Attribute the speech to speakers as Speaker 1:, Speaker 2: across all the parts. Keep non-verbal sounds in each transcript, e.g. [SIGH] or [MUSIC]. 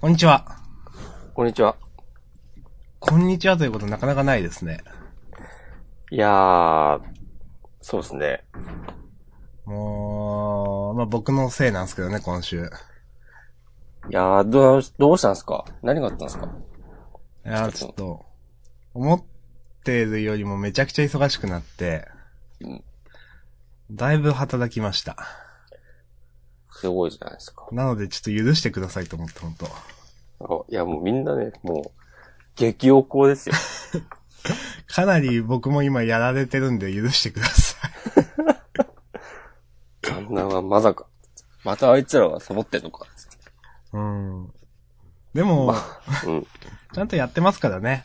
Speaker 1: こんにちは。
Speaker 2: こんにちは。
Speaker 1: こんにちはということなかなかないですね。
Speaker 2: いやー、そうですね。
Speaker 1: もう、まあ、僕のせいなんですけどね、今週。
Speaker 2: いやー、どう、どうしたんですか何があったんですか
Speaker 1: いやー、ちょっと、思ってるよりもめちゃくちゃ忙しくなって
Speaker 2: うん、
Speaker 1: だいぶ働きました。
Speaker 2: すごいじゃないですか。
Speaker 1: なので、ちょっと許してくださいと思って、本当
Speaker 2: あいや、もうみんなね、もう、激おこですよ。 [LAUGHS]
Speaker 1: かなり僕も今やられてるんで許してください。
Speaker 2: 旦那はまさか。またあいつらがサボってんのか。
Speaker 1: うん。でも、
Speaker 2: うん。
Speaker 1: ちゃんとやってますからね。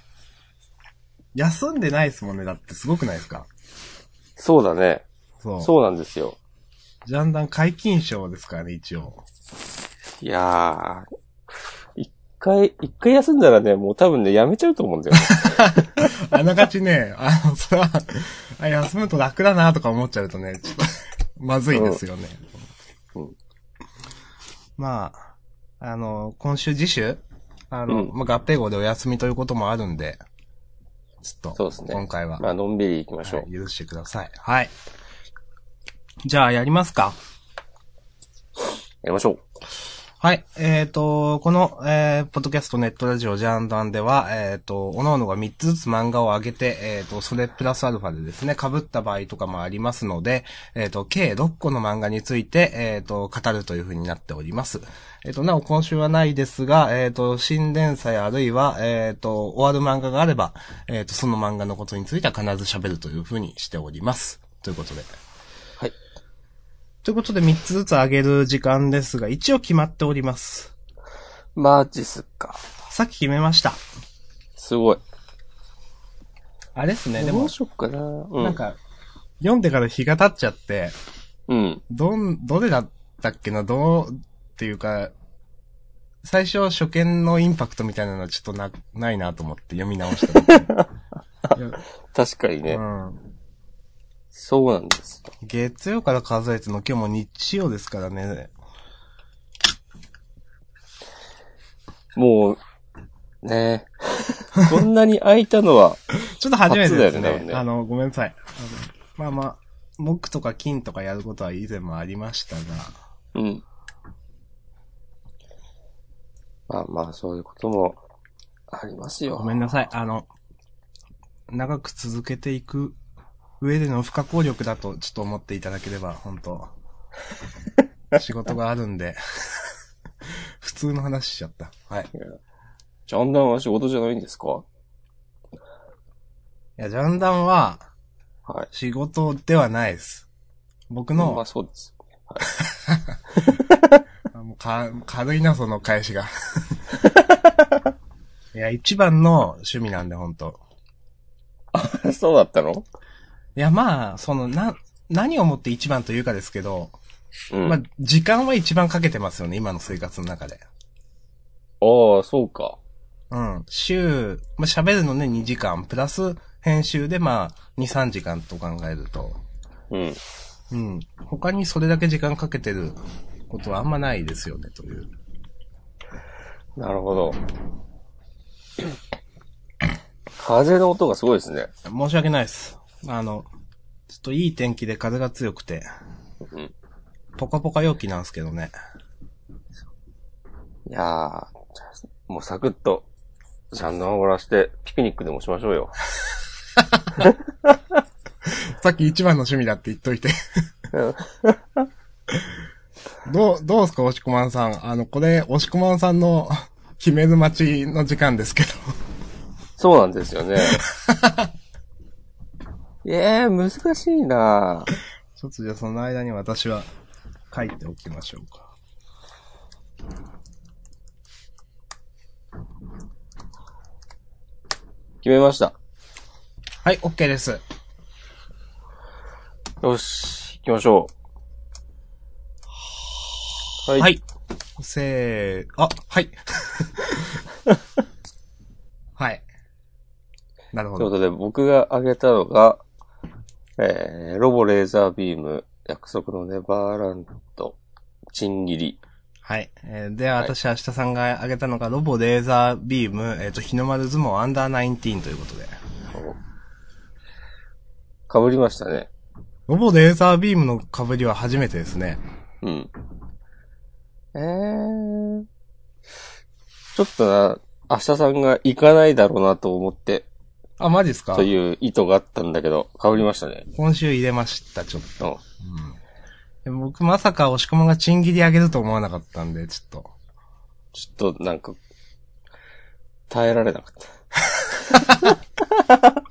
Speaker 1: 休んでないですもんね、だってすごくないですか
Speaker 2: そうだね。
Speaker 1: そう。
Speaker 2: そうなんですよ。
Speaker 1: ジャンダン解禁賞ですからね、一応。
Speaker 2: いやー、一回、一回休んだらね、もう多分ね、やめちゃうと思うんだよ、ね。
Speaker 1: あながちね、 [LAUGHS] あの、それは、あ休むと楽だなとか思っちゃうとね、ちょっと、まずいですよね。
Speaker 2: うん
Speaker 1: まあ、あの、今週次週、あの、
Speaker 2: うん
Speaker 1: まあ、合併号でお休みということもあるんで、ちょっ
Speaker 2: そう
Speaker 1: と、
Speaker 2: ですね。
Speaker 1: 今回は、
Speaker 2: [LAUGHS] まあ、のんびり行きましょう
Speaker 1: はい。許してください。はい。じゃあ、やりますか。
Speaker 2: やりましょう。
Speaker 1: はい。えっ、と、この、えー、ポッドキャストネットラジオジャンダンでは、えっ、と、各々が3つずつ漫画を上げて、えっ、と、それプラスアルファでですね、被った場合とかもありますので、えっ、と、計6個の漫画について、えっ、と、語るというふうになっております。えっ、と、なお、今週はないですが、えっ、と、新連載あるいは、えっ、と、終わる漫画があれば、えっ、と、その漫画のことについては必ず喋るというふうにしております。ということで。
Speaker 2: はい。
Speaker 1: ということで、3つずつ上げる時間ですが、一応決まっております。
Speaker 2: マジっすか。
Speaker 1: さっき決めました。
Speaker 2: すごい。
Speaker 1: あれっすね、で
Speaker 2: ど
Speaker 1: も
Speaker 2: う、しよっかな。うん。
Speaker 1: なんか、読んでから日が経っちゃって、
Speaker 2: うん。
Speaker 1: どん、どれだったっけな、どう、っていうか、最初初見のインパクトみたいなのはちょっとな、ないなと思って読み直したんですけど。 [LAUGHS] い
Speaker 2: 確かにね。
Speaker 1: やうん。
Speaker 2: そうなんですよ。
Speaker 1: 月曜から数えての今日も日曜ですからね。
Speaker 2: もう、ね [LAUGHS] こんなに空いたのは、
Speaker 1: ちょっと初めてです
Speaker 2: 初だよね
Speaker 1: ね。
Speaker 2: 多分ね
Speaker 1: あの、ごめんなさい。あのまあまあ、木とか金とかやることは以前もありましたが、
Speaker 2: うん。まあまあ、そういうこともありますよ。
Speaker 1: ごめんなさい。あの、長く続けていく上での不可抗力だとちょっと思っていただければ、本当仕事があるんで。 [LAUGHS] 普通の話しちゃった。はい。い
Speaker 2: ジャンダンは仕事じゃないんですかは。
Speaker 1: や、ジャンダンはい仕事ではないです。僕
Speaker 2: まあ
Speaker 1: の、
Speaker 2: そうです。 [LAUGHS]
Speaker 1: あもうか軽いな、その返しが。いや、一番の趣味なんで、本当
Speaker 2: そうだったの
Speaker 1: いや、まあ、その、な、何をもって一番というかですけど、
Speaker 2: うん。
Speaker 1: まあ、時間は一番かけてますよね、今の生活の中で。
Speaker 2: ああ、そうか。
Speaker 1: うん。週、まあ、喋るのね、2時間、プラス編集で、まあ、2、3時間と考えると。
Speaker 2: うん。
Speaker 1: うん。他にそれだけ時間かけてることはあんまないですよね、という。
Speaker 2: なるほど。 [COUGHS] 風の音がすごいですね。
Speaker 1: 申し訳ないです。あの、ちょっといい天気で風が強くて、
Speaker 2: うん。
Speaker 1: ポカポカ陽気なんですけどね。
Speaker 2: いやー、じゃあもうサクッと、ジャンダンを終わらして、ピクニックでもしましょ
Speaker 1: [LAUGHS]
Speaker 2: うよ。
Speaker 1: さっき一番の趣味だって言っといて。 [LAUGHS] どう、どうすか、押しこまんさん。あの、これ、押しこまんさんの決める待ちの時間ですけど。
Speaker 2: そうなんですよね。 [LAUGHS] ええ難しいなぁ
Speaker 1: ちょっとじゃあその間に私は書いておきましょうか。
Speaker 2: 決めました。
Speaker 1: はい、OK です。
Speaker 2: よし、行きましょう。は。
Speaker 1: はいい。せー、あ、はい。 [LAUGHS] はい。なるほ
Speaker 2: というこ
Speaker 1: ど。
Speaker 2: とで、僕が挙げたのが、えー、ロボレーザービーム、約束のネバーランド、チンギリ、
Speaker 1: はい。えーで、私、明日さんが挙げたのが、ロボ、レーザービーム、えっ、と、日の丸相撲、アンダーナインティーンということで。
Speaker 2: かぶりましたね。
Speaker 1: ロボ、レーザービームの被りは初めてですね。
Speaker 2: うん。えー、ちょっとな、明日さんが行かないだろうなと思って、
Speaker 1: あ、マジっすか
Speaker 2: という意図があったんだけど、被りましたね。
Speaker 1: 今週入れました、ちょっと。
Speaker 2: うん。
Speaker 1: で僕、まさか押し込まがチン切り上げると思わなかったんで、ちょっと。
Speaker 2: ちょっとなんか、耐えられ
Speaker 1: [LAUGHS]
Speaker 2: なかった。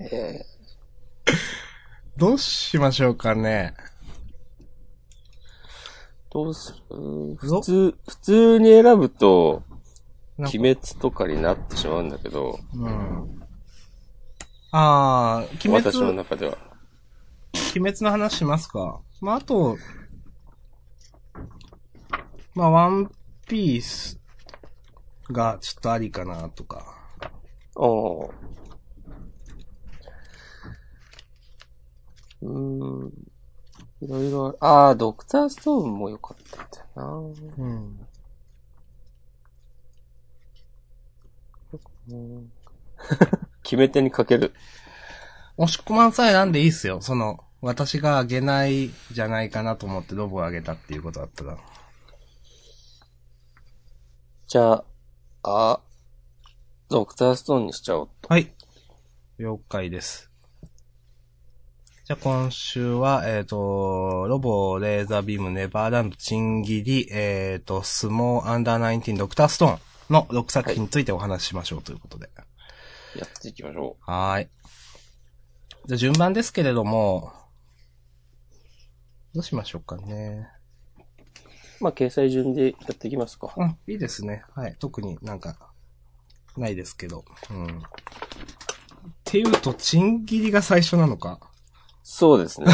Speaker 2: え
Speaker 1: どうしましょうかね。
Speaker 2: ーどうする
Speaker 1: ぞ
Speaker 2: 普通、普通に選ぶと、
Speaker 1: なんか
Speaker 2: 鬼滅とかになってしまうんだけど、
Speaker 1: うん。あー、鬼
Speaker 2: 私
Speaker 1: 滅
Speaker 2: の、中では。
Speaker 1: 鬼滅の話しますか。まあ、あと、まあ、ワンピースがちょっとありかなとか。
Speaker 2: ああ。うーん。いろいろある。ああ、ドクターストーンも良かったんだよな。
Speaker 1: うん。
Speaker 2: うん、決め手にかける。
Speaker 1: 押し込まんさえ選んでいいっすよ。その、私があげないじゃないかなと思ってロボをあげたっていうことだったら。
Speaker 2: じゃあ、あ、ドクターストーンにしちゃおうと。
Speaker 1: はい。了解です。じゃあ今週は、えっ、と、ロボ、レーザービーム、ネバーランド、チンギリ、えっ、と、スモー、アンダーナインティーン、ドクターストーンの6作品についてお話ししましょうということで。
Speaker 2: やっていきましょ
Speaker 1: はーい。じゃあ順番ですけれども、どうしましょうかね。
Speaker 2: う。まあ、掲載順でやっていきますか。
Speaker 1: うん、いいですね。はい。特になんか、ないですけど。うん。っていうと、チンギリが最初なのか。
Speaker 2: そうですね。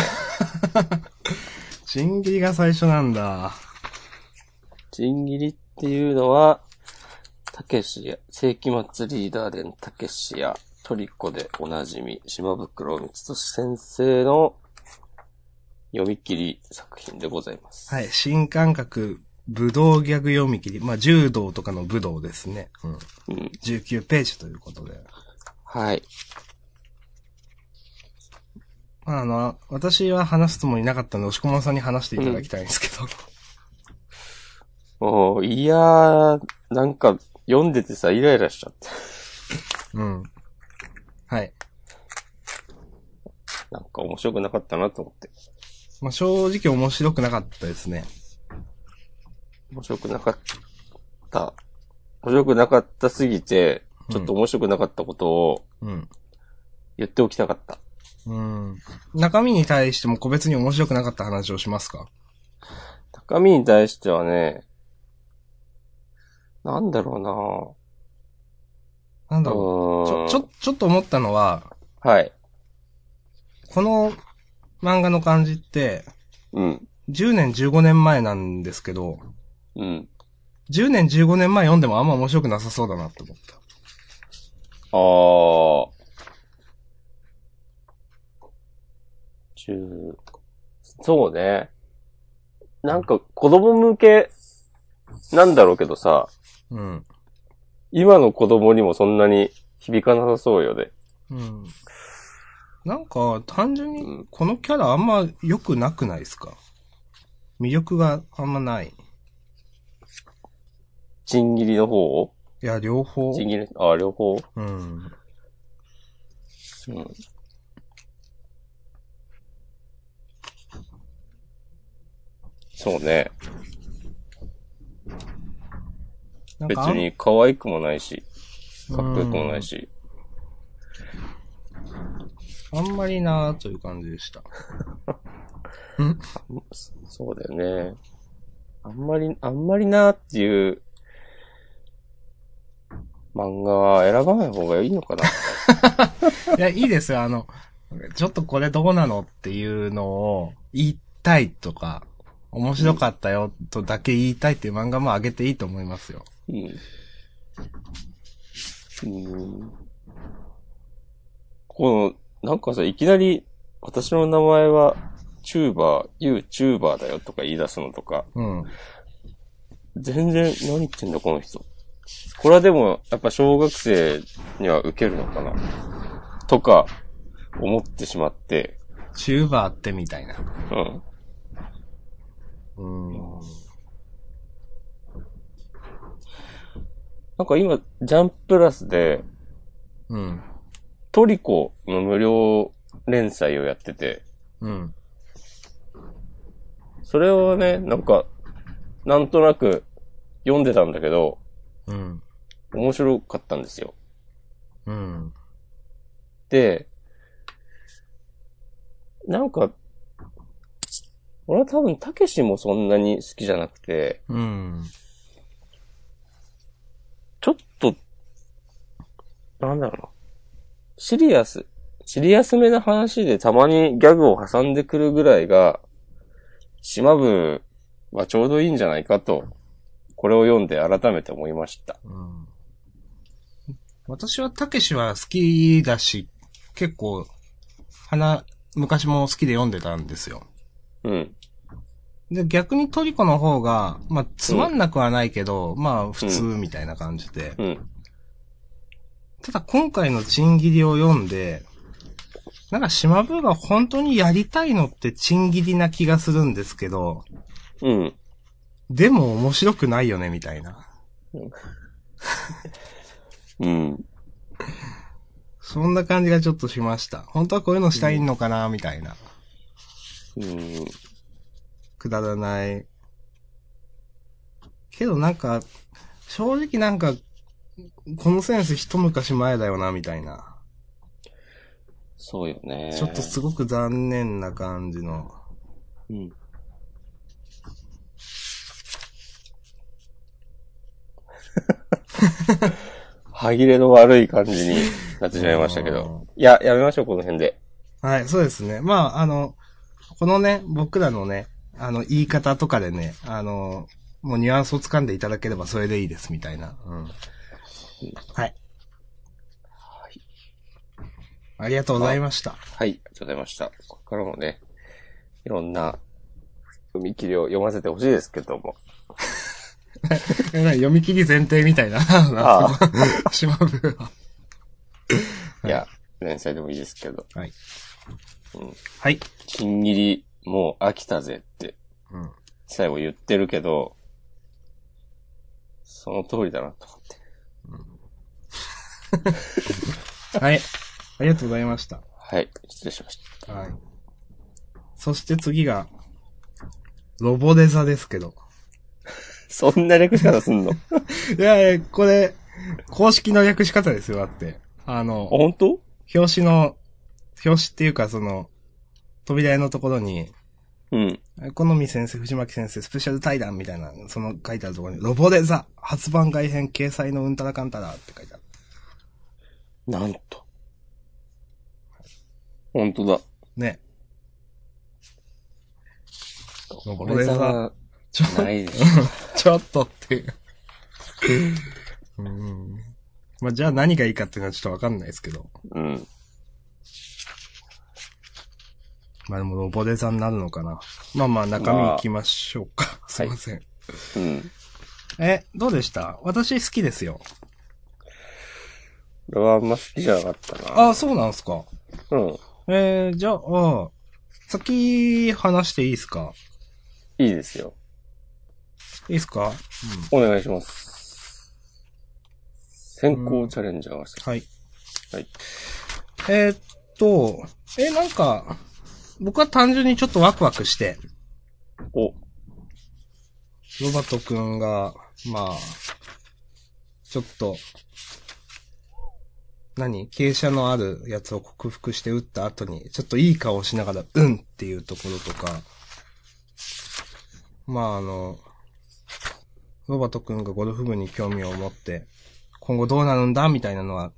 Speaker 1: チンギリが最初なんだ。
Speaker 2: チンギリっていうのは、たけしや、世紀末リーダー伝たけしや、トリコでおなじみ、島袋光俊先生の読み切り作品でございます。
Speaker 1: はい。新感覚、武道ギャグ読み切り。まあ、柔道とかの武道ですね。うん。
Speaker 2: うん。
Speaker 1: 19ページということで。
Speaker 2: はい。
Speaker 1: まあ、あの、私は話すつもりなかったので、押し込まさんに話していただきたいんですけど。
Speaker 2: おーいやー、なんか、読んでてさ、イライラしちゃって。
Speaker 1: うん。はい。
Speaker 2: なんか面白くなかったなと思って。
Speaker 1: まあ、正直面白くなかったですね。
Speaker 2: 面白くなかった。面白くなかったすぎて、ちょっと面白くなかったことを
Speaker 1: うん。
Speaker 2: 言っておきたかった。
Speaker 1: うん。中身に対しても個別に面白くなかった話をしますか
Speaker 2: 高見に対してはね、なんだろ
Speaker 1: なん
Speaker 2: う
Speaker 1: だ
Speaker 2: なぁ。
Speaker 1: ろう。ちょ、ちょ
Speaker 2: うーん。、
Speaker 1: ちょっと思ったのは、
Speaker 2: はい。
Speaker 1: この漫画の感じって、
Speaker 2: うん。
Speaker 1: 10年15年前なんですけど、
Speaker 2: うん。
Speaker 1: 10年15年前読んでもあんま面白くなさそうだなって思った。
Speaker 2: あー。中、そうね。なんか子供向けなんだろうけどさ、
Speaker 1: うん。
Speaker 2: 今の子供にもそんなに響かなさそうよね。
Speaker 1: うん。なんか、単純
Speaker 2: う
Speaker 1: に
Speaker 2: ん、
Speaker 1: このキャラあんま良くなくないですか魅力があんまない。
Speaker 2: チンギリの方を
Speaker 1: いや、両方。
Speaker 2: チンギリ、あー、両方。
Speaker 1: うん。
Speaker 2: うん。そうね。
Speaker 1: なん
Speaker 2: 別
Speaker 1: か
Speaker 2: に可愛くもないし、
Speaker 1: あん
Speaker 2: かっこよくもないし。
Speaker 1: うんあんまりなーという感じでした。 [LAUGHS] ん
Speaker 2: そうだよね。あんまり、あんまりなーっていう漫画は選ばない方がいいのかな。
Speaker 1: いや、いいですよ。あの、ちょっとこれどうなのっていうのを言いたいとか、面白かったよとだけ言いたいっていう漫画もあげていいと思いますよ。
Speaker 2: うん。うん。この、なんかさ、いきなり、私の名前は、チューバー、ユーチューバーだよとか言い出すのとか、
Speaker 1: うん。
Speaker 2: 全然何言ってんだこの人。これはでも、やっぱ小学生には受けるのかなとか、思ってしまって、
Speaker 1: チューバーってみたいな。
Speaker 2: うん。
Speaker 1: うん。
Speaker 2: なんか今、ジャンプラスで、
Speaker 1: うん。
Speaker 2: トリコの無料連載をやってて、
Speaker 1: うん。
Speaker 2: それをね、なんか、なんとなく読んでたんだけど、
Speaker 1: うん。
Speaker 2: 面白かったんですよ。
Speaker 1: うん。
Speaker 2: で、なんか、俺は多分、たけしもそんなに好きじゃなくて、
Speaker 1: うん。
Speaker 2: ちょっと、なんだろうな。シリアス。シリアスめな話でたまにギャグを挟んでくるぐらいが、島部はちょうどいいんじゃないかと、これを読んで改めて思いました。
Speaker 1: うん。私は、たけしは好きだし、結構、花、昔も好きで読んでたんですよ。
Speaker 2: うん。
Speaker 1: で、逆にトリコの方が、まあ、つまんなくはないけど、まあ、普通みたいな感じで。
Speaker 2: うん。
Speaker 1: ただ今回のチンギリを読んで、なんか島風が本当にやりたいのってチンギリな気がするんですけど、
Speaker 2: うん。
Speaker 1: でも面白くないよね、みたいな。
Speaker 2: うん。
Speaker 1: そんな感じがちょっとしました。本当はこういうのしたいのかな、みたいな。
Speaker 2: うん。
Speaker 1: くだらない。けどなんか、正直なんか、このセンス一昔前だよな、みたいな。
Speaker 2: そうよね。
Speaker 1: ちょっとすごく残念な感じの。
Speaker 2: うん。 [LAUGHS] 歯切れの悪い感じになってしまいましたけど。いや、やめましょう、この辺で。
Speaker 1: はい、そうですね。まあ、あの、このね、僕らのね、あの、言い方とかでね、あの、もうニュアンスを掴んでいただければそれでいいです、みたいな。うん。はい。ありがとうございました。
Speaker 2: はい、ありがとうございました。ここからもね、いろんな踏切を読ませてほしいですけども。
Speaker 1: えなに読み切り前提みたいな。
Speaker 2: あ
Speaker 1: しまぶ。
Speaker 2: いや、連載でもいいですけど。
Speaker 1: はい。
Speaker 2: うん。
Speaker 1: [LAUGHS] はい。
Speaker 2: 金切り、もう飽きたぜって
Speaker 1: うん。
Speaker 2: 最後言ってるけど、その通りだなと思って。
Speaker 1: はい。ありがとうございました。
Speaker 2: はい、失礼しました。
Speaker 1: はい。そして次が、ロボデザですけど。
Speaker 2: そんな略し方すんのあ
Speaker 1: いやいや、これ、公式の略し方ですよ、だって。あの、
Speaker 2: [LAUGHS] 本当
Speaker 1: 表紙の、表紙っていうかその、扉絵のところに、
Speaker 2: うん。
Speaker 1: 好み先生、藤巻先生、スペシャル対談みたいな、その書いてあるところに、ロボデザ発売外編掲載のうんたらかんたらって書いてある。
Speaker 2: なんと。本当だ。
Speaker 1: ね。
Speaker 2: こ
Speaker 1: これ
Speaker 2: れ
Speaker 1: さ
Speaker 2: さ、
Speaker 1: ちょ、
Speaker 2: ないでしょ。
Speaker 1: ちょっとっていう。 [LAUGHS] うん。まあ、じゃあ何がいいかっていうのはちょっとわかんないですけど。
Speaker 2: うん。
Speaker 1: まあでもロボデザになるのかな。まあまあ中身行きましょうか。すいません。
Speaker 2: うん。
Speaker 1: え、どうでした私好きですよ。
Speaker 2: これはあんま好きじゃなかったな。
Speaker 1: あ、そうなんすか。
Speaker 2: うん。
Speaker 1: えー、じゃあ、あ先話していいですか
Speaker 2: いいですよ。
Speaker 1: いいですかうん。
Speaker 2: お願いします。先行チャレンジャーがした。
Speaker 1: はい。
Speaker 2: はい。
Speaker 1: えーっと、えなんか、僕は単純にちょっとワクワクして、
Speaker 2: お、
Speaker 1: ロバトくんが、まあ、ちょっと、何傾斜のあるやつを克服して打った後に、ちょっといい顔をしながら、うんっていうところとか、まああの、ロバトくんがゴルフ部に興味を持って、今後どうなるんだみたいなのは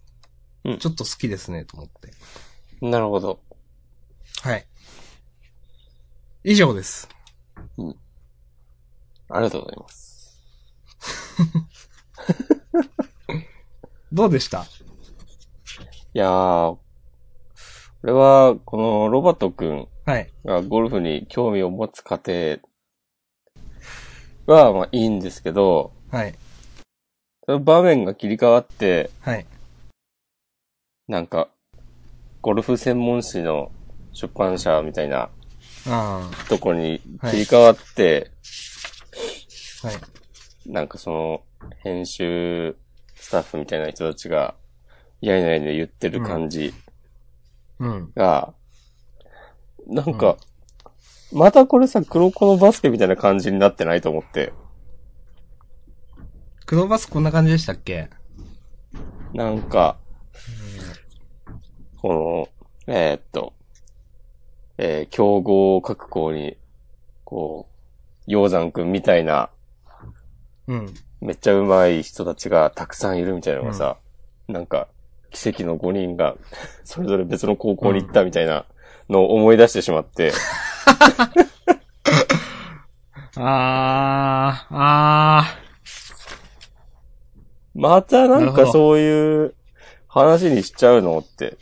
Speaker 2: うん、
Speaker 1: ちょっと好きですね、と思って。
Speaker 2: なるほど。
Speaker 1: はい。以上です。
Speaker 2: ありがとうございます。
Speaker 1: どうでした
Speaker 2: いやー、俺は、このロバートくん
Speaker 1: はい。
Speaker 2: まあ、ゴルフに興味を持つ過程は、まあ、いいんですけど、
Speaker 1: はい。
Speaker 2: その場面が切り替わって、
Speaker 1: はい。
Speaker 2: なんか、ゴルフ専門誌の出版社みたいな
Speaker 1: あ
Speaker 2: とこに切り替わって、
Speaker 1: あ。はい。
Speaker 2: なんかその、編集スタッフみたいな人たちが、やいなやいな言ってる感じ
Speaker 1: うん。
Speaker 2: が、なんか、またこれさ、黒子のバスケみたいな感じになってないと思って、
Speaker 1: 黒バスこんな感じでしたっけ
Speaker 2: なんか、この、えーっと、えー競合各校に、こう、鷹山くんみたいな、
Speaker 1: うん。
Speaker 2: めっちゃ上手い人たちがたくさんいるみたいなのがさ、なんか、奇跡の5人が、 [LAUGHS] それぞれ別の高校に行ったみたいなのを思い出してしまって、
Speaker 1: ああ、あ
Speaker 2: またなん
Speaker 1: なるほ
Speaker 2: か
Speaker 1: ど
Speaker 2: そういう話にしちゃうのって。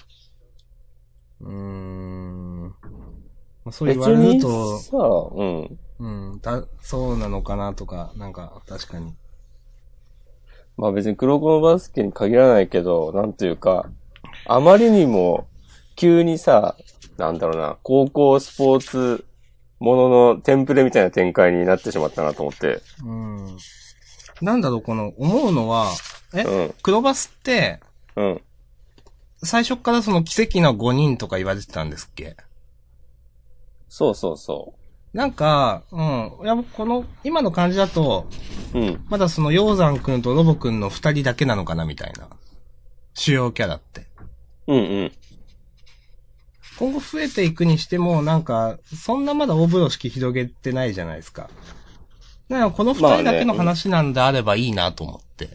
Speaker 1: ー。うーん。まあそう
Speaker 2: 別
Speaker 1: 言われ
Speaker 2: に
Speaker 1: る
Speaker 2: さ
Speaker 1: と、、
Speaker 2: うん。
Speaker 1: うん、だ、そうなのかなとか、なんか、確かに。
Speaker 2: まあ別に黒子のバスケに限らないけど、なんというか、あまりにも、急にさ、なんだろうな、高校スポーツもののテンプレみたいな展開になってしまったなと思って。
Speaker 1: うん。なんだろう、この、思うのは、え、
Speaker 2: うん、
Speaker 1: 黒バスって、
Speaker 2: うん。
Speaker 1: 最初からその奇跡の5人とか言われてたんですっけ
Speaker 2: そうそうそ
Speaker 1: なんか、うん、いや、この、今の感じだと、
Speaker 2: う。うん。
Speaker 1: まだその、鷹山くんとロボくんの2人だけなのかな、みたいな。主要キャラって。
Speaker 2: うんうん。
Speaker 1: 今後増えていくにしても、なんか、そんなまだ大風呂敷広げてないじゃないですか。だからこの二
Speaker 2: まあ
Speaker 1: 人
Speaker 2: ね
Speaker 1: だけの話なんであればいいなと思って。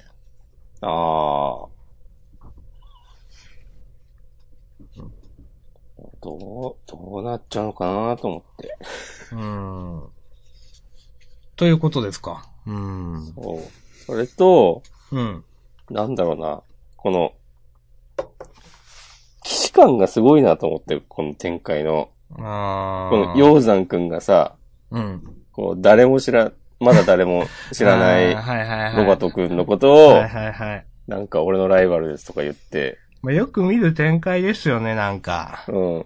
Speaker 2: ああ。どう、どうなっちゃうのかなと思って。
Speaker 1: うん。ということですか。うん。
Speaker 2: そう。それと、
Speaker 1: うん。
Speaker 2: なんだろうな、この、騎士感がすごいなと思って、この展開の。
Speaker 1: あー
Speaker 2: この、鷹山くんがさ、
Speaker 1: うん。
Speaker 2: こう、誰も知ら、まだ誰も知らな
Speaker 1: [LAUGHS]
Speaker 2: い
Speaker 1: あーはいはいはい。
Speaker 2: ロバトくんのことを
Speaker 1: はい、はいはい。
Speaker 2: なんか俺のライバルですとか言って、
Speaker 1: まあ、よく見る展開ですよね、なんか。
Speaker 2: うん。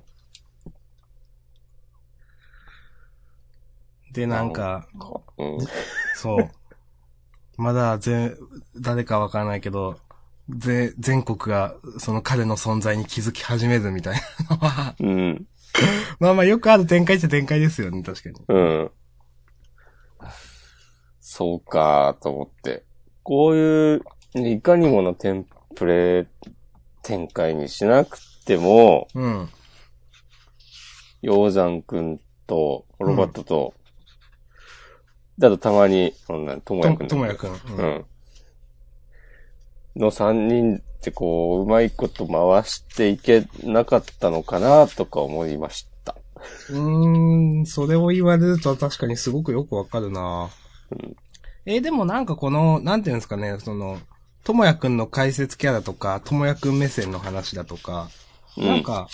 Speaker 1: で、なんか、
Speaker 2: こうん。
Speaker 1: そう。まだ全、誰かわからないけど、ぜ、全国が、その彼の存在に気づき始めるみたいなの [LAUGHS] は、
Speaker 2: うん。
Speaker 1: まあまあよくある展開っちゃ展開ですよね、確かに。
Speaker 2: うん。そうかと思って。こういう、いかにものテンプレ展開にしなくても、
Speaker 1: うん。
Speaker 2: 鷹山くんと、ロバットと、だとたまに、そんな、ともやく
Speaker 1: と、
Speaker 2: ん。
Speaker 1: ともやくん。う。
Speaker 2: うんん。の三人ってこう、うまいこと回していけなかったのかなとか思いました。
Speaker 1: うーん、それを言われると確かにすごくよくわかるな
Speaker 2: うん
Speaker 1: えーでもなんかこの、なんていうんですかね、その、ともやくんの解説キャラとか、ともやくん目線の話だとか、
Speaker 2: うん
Speaker 1: なんか、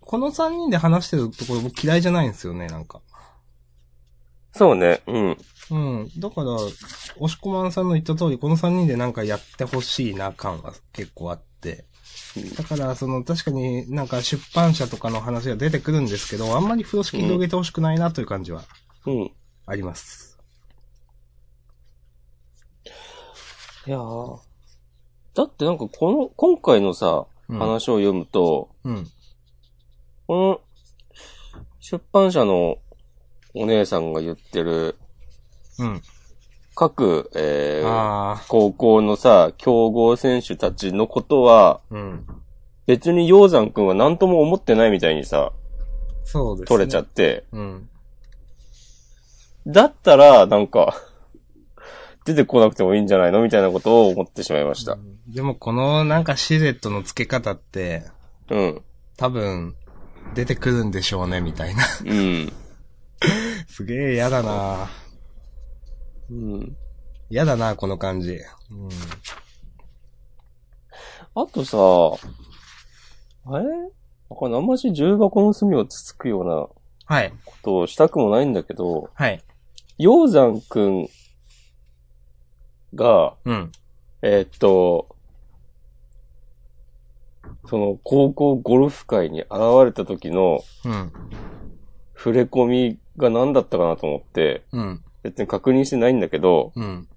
Speaker 1: この3人で話してるところ僕嫌いじゃないんですよね、なんか。
Speaker 2: そうね、うん。
Speaker 1: うん。だから、押し込まんさんの言った通り、この3人でなんかやってほしいな感は結構あって
Speaker 2: うん。
Speaker 1: だから、その、確かになんか出版社とかの話が出てくるんですけど、あんまり風呂敷広げてほしくないなという感じは
Speaker 2: うん。
Speaker 1: あります。
Speaker 2: いやーだってなんかこの、今回のさ、
Speaker 1: うん
Speaker 2: 話を読むと、
Speaker 1: うん。
Speaker 2: この出版社のお姉さんが言ってる、
Speaker 1: うん。
Speaker 2: 各、えー、
Speaker 1: あ
Speaker 2: 高校のさ、競合選手たちのことは、
Speaker 1: あ、うん。
Speaker 2: 別に鷹山くんは何とも思ってないみたいにさ、
Speaker 1: そうです、ね。
Speaker 2: 取れちゃ
Speaker 1: っ
Speaker 2: って。
Speaker 1: うん。
Speaker 2: だったら、なんか、 [LAUGHS] 出てこなくてもいいんじゃないのみたいなことを思ってしまいました。
Speaker 1: でも、このなんかシルエットの付け方って、
Speaker 2: うん。
Speaker 1: 多分、出てくるんでしょうね、みた
Speaker 2: [LAUGHS]
Speaker 1: いな。
Speaker 2: うん。
Speaker 1: すげえ嫌だな
Speaker 2: うん。
Speaker 1: 嫌だなこの感じ。うん。
Speaker 2: あとさ、あれあこれあんまし重箱の隅をつつくようなこ
Speaker 1: はい。
Speaker 2: とをしたくもないんだけど、
Speaker 1: はい。
Speaker 2: 鷹山くんが、
Speaker 1: うん。
Speaker 2: えーっと、その高校ゴルフ会に現れた時の
Speaker 1: うん。
Speaker 2: 触れ込みが何だったかなと思って、
Speaker 1: うん。
Speaker 2: 別に確認してないんだけど、
Speaker 1: うん。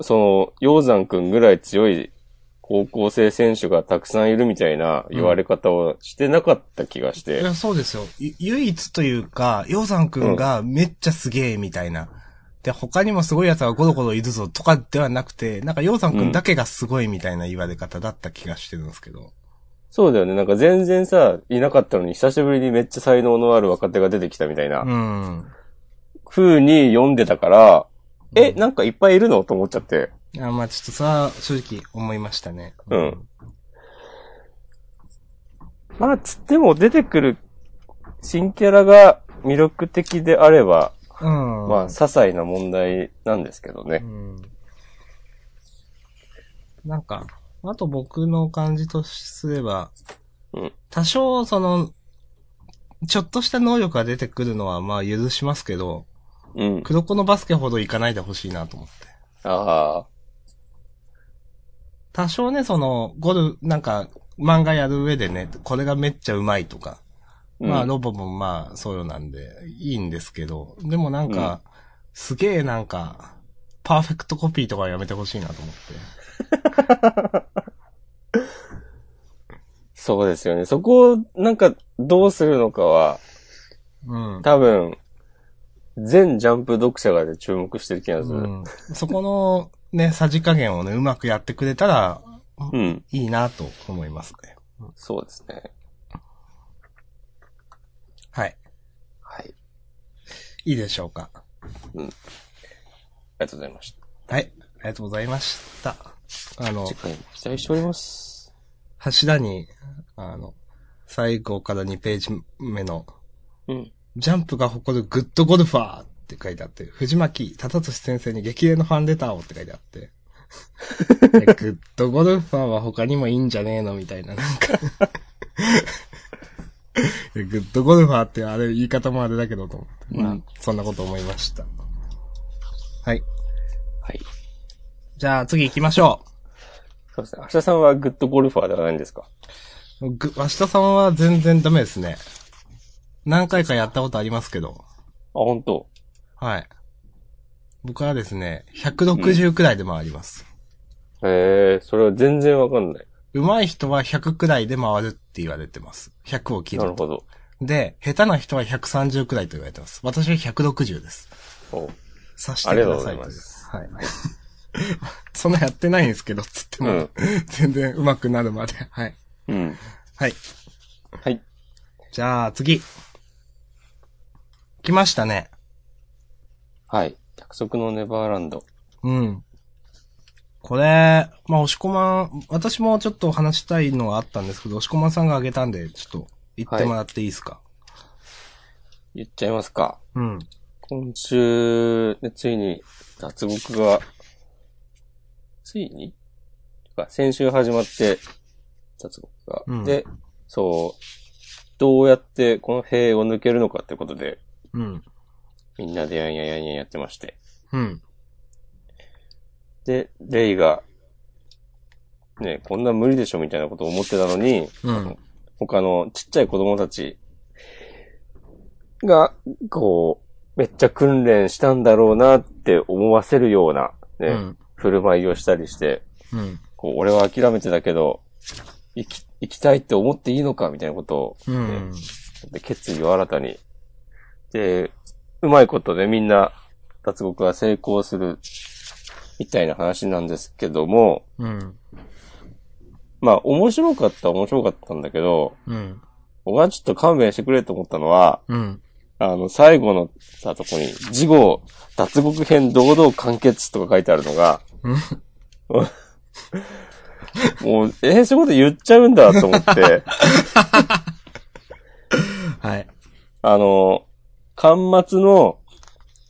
Speaker 2: その、鷹山くんぐらい強い高校生選手がたくさんいるみたいな言われ方をしてなかった気がし
Speaker 1: い
Speaker 2: て、
Speaker 1: や、そうですよ。い唯一というか、ヨウさんくんがめっちゃすげえみたいな。で、他にもすごい奴がゴロゴロいるぞとかではなくて、なんかヨウさんくんだけがすごいみたいな言われ方だった気がしてるんですけど。
Speaker 2: そうだよね。なんか全然さ、いなかったのに久しぶりにめっちゃ才能のある若手が出てきたみたいな
Speaker 1: うん。
Speaker 2: 風に読んでたから、え、
Speaker 1: うん
Speaker 2: なんかいっぱいいるのと思っちゃって。
Speaker 1: あまあちょっとさ、正直思いましたね。
Speaker 2: うん。まあ、つっても出てくる新キャラが魅力的であれば、
Speaker 1: うん。
Speaker 2: まあ、些細な問題なんですけど
Speaker 1: う
Speaker 2: ね。
Speaker 1: ん。なんか、あと僕の感じとすれば、
Speaker 2: うん
Speaker 1: 多少その、ちょっとした能力が出てくるのはまあ許しますけど、
Speaker 2: うん。
Speaker 1: 黒子のバスケほどいかないでほしいなと思って。
Speaker 2: ああ。
Speaker 1: 多少ね、その、ゴル、なんか、漫画やる上でね、これがめっちゃうまいとか、
Speaker 2: うん
Speaker 1: まあ、ロボもまあ、そうなんで、いいんですけど、でもなんか、すげえなんか、パーフェクトコピーとかはやめてほしいなと思って。
Speaker 2: そうですよね。そこを、なんか、どうするのかは、
Speaker 1: うん。
Speaker 2: 多分、全ジャンプ読者がね、注目してる気がする。うん。
Speaker 1: うん、そこの、ね、さじ加減をね、うまくやってくれたら、いいなと思いますね。
Speaker 2: そうですね。
Speaker 1: はい。
Speaker 2: はい。
Speaker 1: いいでしょうか。
Speaker 2: ありがとうございました。
Speaker 1: はい。ありがとうございました。あの
Speaker 2: 次、回も期待しております。
Speaker 1: 柱に、あの、最後から2ページ目の、
Speaker 2: うん。
Speaker 1: ジャンプが誇るグッドゴルファーって書いてあって、藤巻忠俊先生に激励のファンレターをって書いてあ
Speaker 2: [LAUGHS]
Speaker 1: って。でグッドゴルファーは他にもいいんじゃねえのみたいな、なんか [LAUGHS] いや。グッドゴルファーってあれ、言い方もあれだけどと思って。まあ、
Speaker 2: うん
Speaker 1: そんなこと思いました。はい。
Speaker 2: はい。
Speaker 1: じゃあ次行きましょ
Speaker 2: そうですね。明日さんはグッドゴルファーではないんですか
Speaker 1: う。ぐ、わしさんは全然ダメですね。何回かやったことありますけど。
Speaker 2: あ、本当
Speaker 1: はい。僕はですね、160くらいで回ります。
Speaker 2: へえ、それは全然わかんない。
Speaker 1: 上手い人は100くらいで回るって言われてます。100を切
Speaker 2: なる
Speaker 1: ると。
Speaker 2: ほど。
Speaker 1: で、下手な人は130くらいと言われてます。私は160です。
Speaker 2: お
Speaker 1: 察してくださ
Speaker 2: あ
Speaker 1: い
Speaker 2: りがとうございま
Speaker 1: はい。 [LAUGHS] そんなやってないんですけど、つって
Speaker 2: う
Speaker 1: も、
Speaker 2: ん。
Speaker 1: 全然上手くなるまで。はい。
Speaker 2: うん。
Speaker 1: はい。
Speaker 2: はい。
Speaker 1: じゃあ次。来ましたね。
Speaker 2: はい。約束のネバーランド。
Speaker 1: うん。これ、まあ、押し込まん、私もちょっと話したいのはあったんですけど、押し込まんさんがあげたんで、ちょっと、言ってもらっていいですか、
Speaker 2: 言っちゃいますか。
Speaker 1: うん。
Speaker 2: 今週、ね、ついに脱獄が、ついにか先週始まって、脱獄が、
Speaker 1: うん
Speaker 2: で、そう、どうやってこの塀を抜けるのかってことで、
Speaker 1: うん。
Speaker 2: みんなでやんやんやんやんやってまして。
Speaker 1: うん。
Speaker 2: で、レイが、ね、こんな無理でしょみたいなことを思ってたのに、
Speaker 1: うん。
Speaker 2: 他のちっちゃい子供たちが、こう、めっちゃ訓練したんだろうなって思わせるような、ね、
Speaker 1: うん。
Speaker 2: 振る舞いをしたりして、
Speaker 1: うん。
Speaker 2: こう、俺は諦めてたけど、行き、行きたいって思っていいのかみたいなことを、
Speaker 1: うん。
Speaker 2: で決意を新たに。で、うまいことでみんな、脱獄が成功する、みたいな話なんですけども、
Speaker 1: うん。
Speaker 2: まあ、面白かったは面白かったんだけど、
Speaker 1: うん。
Speaker 2: 僕はちょっと勘弁してくれと思ったのは、
Speaker 1: うん。
Speaker 2: あの、最後のさ、とこに、事後、脱獄編堂々完結とか書いてあるのが、
Speaker 1: うん
Speaker 2: もう、えー、そういうこと言っちゃうんだと思って、 [LAUGHS]
Speaker 1: はい。
Speaker 2: あの、端末の、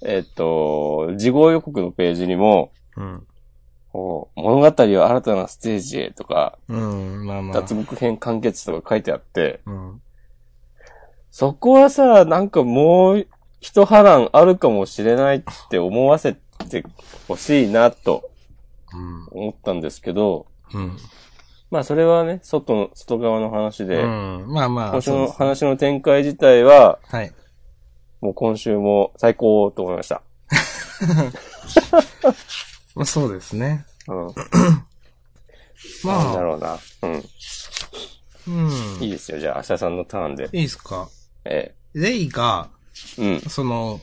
Speaker 2: えっと、事後予告のページにも、
Speaker 1: うん。
Speaker 2: ここう物語を新たなステージへとか、
Speaker 1: うん、まあまあ
Speaker 2: 脱。獄編完結とか書いてあって、
Speaker 1: うん。
Speaker 2: そこはさ、なんかもう一波乱あるかもしれないって思わせてほしいなと
Speaker 1: うん。
Speaker 2: 思ったんですけど、
Speaker 1: うん。
Speaker 2: まあそれはね、外の、外側の話で、
Speaker 1: うん。まあまあ。
Speaker 2: 今週
Speaker 1: そう
Speaker 2: の
Speaker 1: です
Speaker 2: 話の展開自体は、
Speaker 1: はい。
Speaker 2: もう今週も最高と思いました。
Speaker 1: まあそうですね。
Speaker 2: うん。なんだ
Speaker 1: まあ、
Speaker 2: ろうな。うん。
Speaker 1: うん。
Speaker 2: いい
Speaker 1: い
Speaker 2: ですよ。じゃあ、明日さんのターンで。
Speaker 1: いですか。
Speaker 2: え
Speaker 1: レイが、
Speaker 2: え。うん。
Speaker 1: その、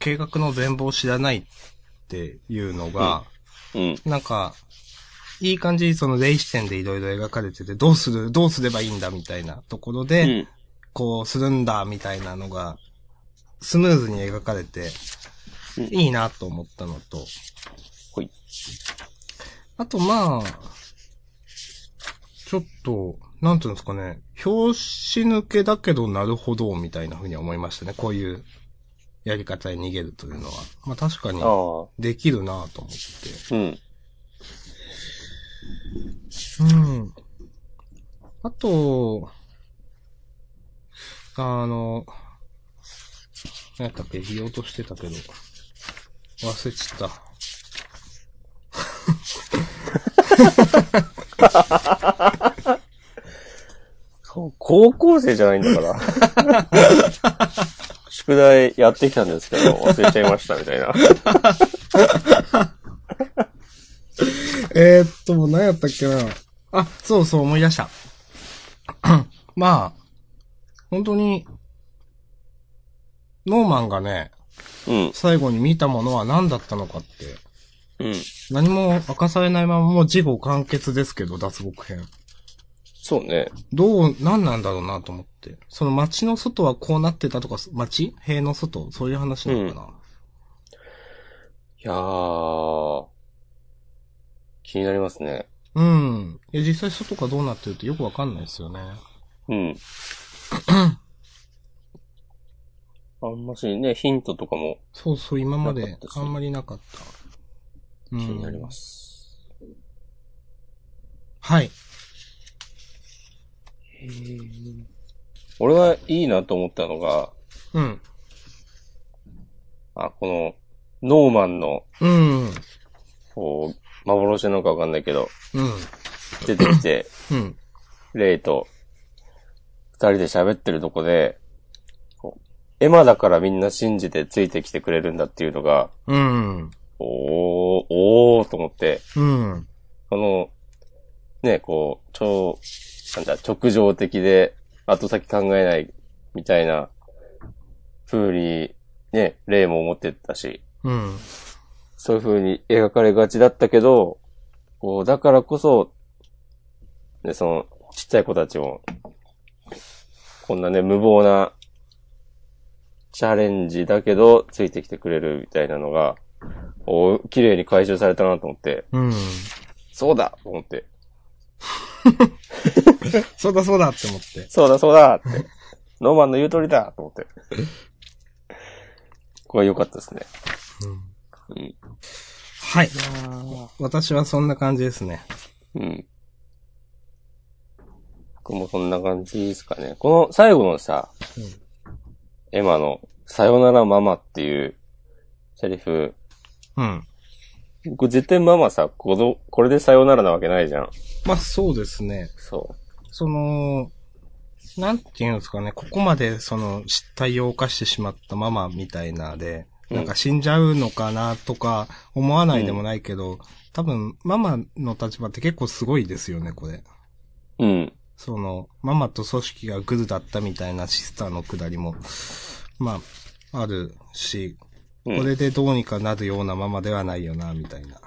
Speaker 1: 計画の全貌を知らないっていうのが、
Speaker 2: うん。
Speaker 1: なんか、いい感じにそのレイ視点でいろいろ描かれてて、どうする、どうすればいいんだみたいなところで、
Speaker 2: うん。
Speaker 1: こうするんだみたいなのが、スムーズに描かれて、
Speaker 2: うん
Speaker 1: いいなと思ったのと、
Speaker 2: ほい。
Speaker 1: あとまあ、ちょっと、なんていうんですかね、表紙抜けだけどなるほど、みたいな風には思いましたね。こういうやり方に逃げるというのは。まあ確かに
Speaker 2: あ、あ。
Speaker 1: できるなと思って。
Speaker 2: うん。
Speaker 1: うん。あと、あの、何やったっけ言おうとしてたけど、忘れちゃった。
Speaker 2: 高校生じゃないんだから。
Speaker 1: [LAUGHS]
Speaker 2: 宿題やってきたんですけど、忘れちゃいましたみたいな。
Speaker 1: えー、っと、何やったっけな。あ、そうそう、思い出した。 [CLEARS THROAT] まあ、本当に、ノーマンがね、
Speaker 2: うん。
Speaker 1: 最後に見たものは何だったのかって、
Speaker 2: うん。
Speaker 1: 何も明かされないままもう事後完結ですけど、脱獄編。
Speaker 2: そうね。
Speaker 1: どう、何なんだろうなと思って。その街の外はこうなってたとか、街塀の外そういう話なのかな、
Speaker 2: いやー。気になりますね。
Speaker 1: うん、いや、実際外がどうなってるってよくわかんないですよね。
Speaker 2: うん。あんましね、ヒントとかも
Speaker 1: そうそう、今ま
Speaker 2: なか
Speaker 1: で
Speaker 2: ったし
Speaker 1: あんまりなかった。気。
Speaker 2: 気になりますす。
Speaker 1: はい。
Speaker 2: 俺がいいなと思ったのが、
Speaker 1: うん。
Speaker 2: あ、この、ノーマンの、
Speaker 1: うん。うん。
Speaker 2: こう、幻なのかわかんないけど、出てきて、
Speaker 1: うん。
Speaker 2: レイと、二人で喋ってるとこで、こうエマだからみんな信じてついてきてくれるんだっていうのが、
Speaker 1: うん。
Speaker 2: おー、おーと思って、
Speaker 1: うん。
Speaker 2: この、ね、こう、超、なんだ、直情的で、後先考えない、みたいな、風に、ね、レイも思ってたし、
Speaker 1: うん。
Speaker 2: そういう風に描かれがちだったけど、こう、だからこそ、ね、その、ちっちゃい子たちも、こんなね、無謀な、チャレンジだけど、ついてきてくれるみたいなのが、お綺麗に回収されたなと思って、
Speaker 1: うん。
Speaker 2: そうだと思って、
Speaker 1: そうだそうだって思って。
Speaker 2: そうだそうだって、ノーマンの言う通りだと思って。これ良かったですね。うん
Speaker 1: はい。私はそんな感じですね。
Speaker 2: うん。僕もそんな感じですかね。この最後のさ、
Speaker 1: うん
Speaker 2: エマの、さよならママっていうセリフ、
Speaker 1: うん。
Speaker 2: 僕絶対ママさ、この、これでさよならなわけないじゃん。
Speaker 1: まあ、そうですね。
Speaker 2: そ
Speaker 1: その、なんていうんですかね、ここまでその失態を犯してしまったママみたいなで、
Speaker 2: うん
Speaker 1: なんか死んじゃうのかなとか思わないでもないけど、多分ママの立場って結構すごいですよね、これ。
Speaker 2: う。うん。
Speaker 1: その、ママと組織がグルだったみたいなシスターのくだりも、まあ、あるし、こ
Speaker 2: うん、
Speaker 1: れでどうにかなるようなママではないよな、みたいな。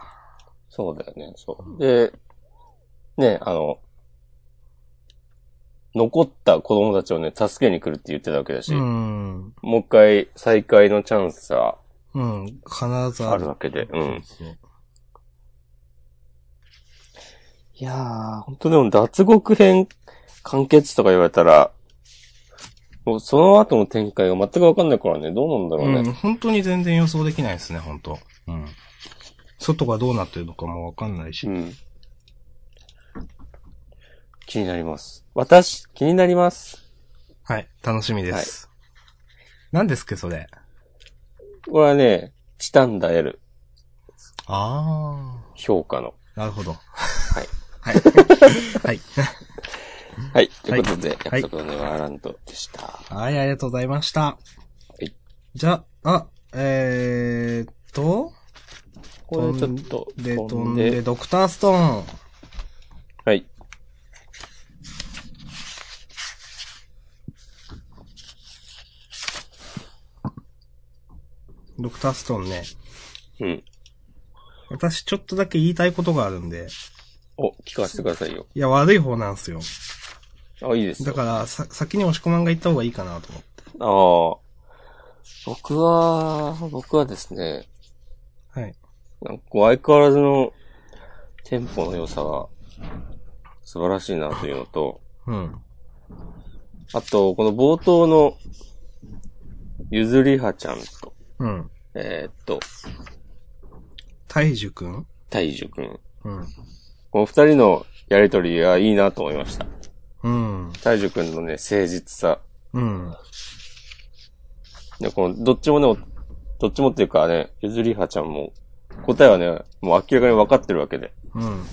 Speaker 2: そうだよね、そう。で、ね、あの、残った子供たちをね、助けに来るって言ってたわけだし、
Speaker 1: うん。
Speaker 2: もう一回再会のチャンスさ、
Speaker 1: うん。必ず
Speaker 2: あるわけで、うん。
Speaker 1: そうそう
Speaker 2: いやー、本当でも脱獄編完結とか言われたら、もうその後の展開が全くわかんないからね、どうなんだろう
Speaker 1: う
Speaker 2: ね。
Speaker 1: ん、本当に全然予想できないですね、本当うん。外がどうなってるのかもわかんないし。
Speaker 2: うん。気になります。私、気になります。
Speaker 1: はい。楽しみです。何ですっけ、それ。
Speaker 2: これはね、チタンダエル、
Speaker 1: あ
Speaker 2: 評価の。
Speaker 1: ー。なるほど。
Speaker 2: い
Speaker 1: [LAUGHS] はい。はい。
Speaker 2: はい。ということで、
Speaker 1: はい
Speaker 2: 約束のネバーランドでした。
Speaker 1: はい、ありがとうございました。
Speaker 2: い
Speaker 1: じゃあ、えーっと、
Speaker 2: これちょっと
Speaker 1: で、飛
Speaker 2: 飛
Speaker 1: ん
Speaker 2: ん
Speaker 1: で、
Speaker 2: で、
Speaker 1: ドクターストーン。
Speaker 2: はい。
Speaker 1: ドクターストーンね。
Speaker 2: うん。
Speaker 1: 私ちょっとだけ言いたいことがあるんで。
Speaker 2: お、聞かせてくださいよ。
Speaker 1: いや、悪い方なんですよ。
Speaker 2: あ、いいですよ
Speaker 1: だから、さ、先に押し込まんが言った方がいいかなと思って。
Speaker 2: ああ。僕は、僕はですね、
Speaker 1: はい。
Speaker 2: なんか相変わらずのテンポの良さが素晴らしいなというのと、
Speaker 1: うん。
Speaker 2: あと、この冒頭の、ゆずりはちゃんと、
Speaker 1: うん。
Speaker 2: えーっと、
Speaker 1: 大樹くん
Speaker 2: 大樹くん。
Speaker 1: うん。
Speaker 2: この二人のやりとりがいいなと思いました。
Speaker 1: うん。
Speaker 2: 大樹くんのね、誠実さ。
Speaker 1: うん。
Speaker 2: で、この、どっちもね、おどっちもっていうかね、ゆずりはちゃんも、答えはね、もう明らかに分かってるわけで。
Speaker 1: うん。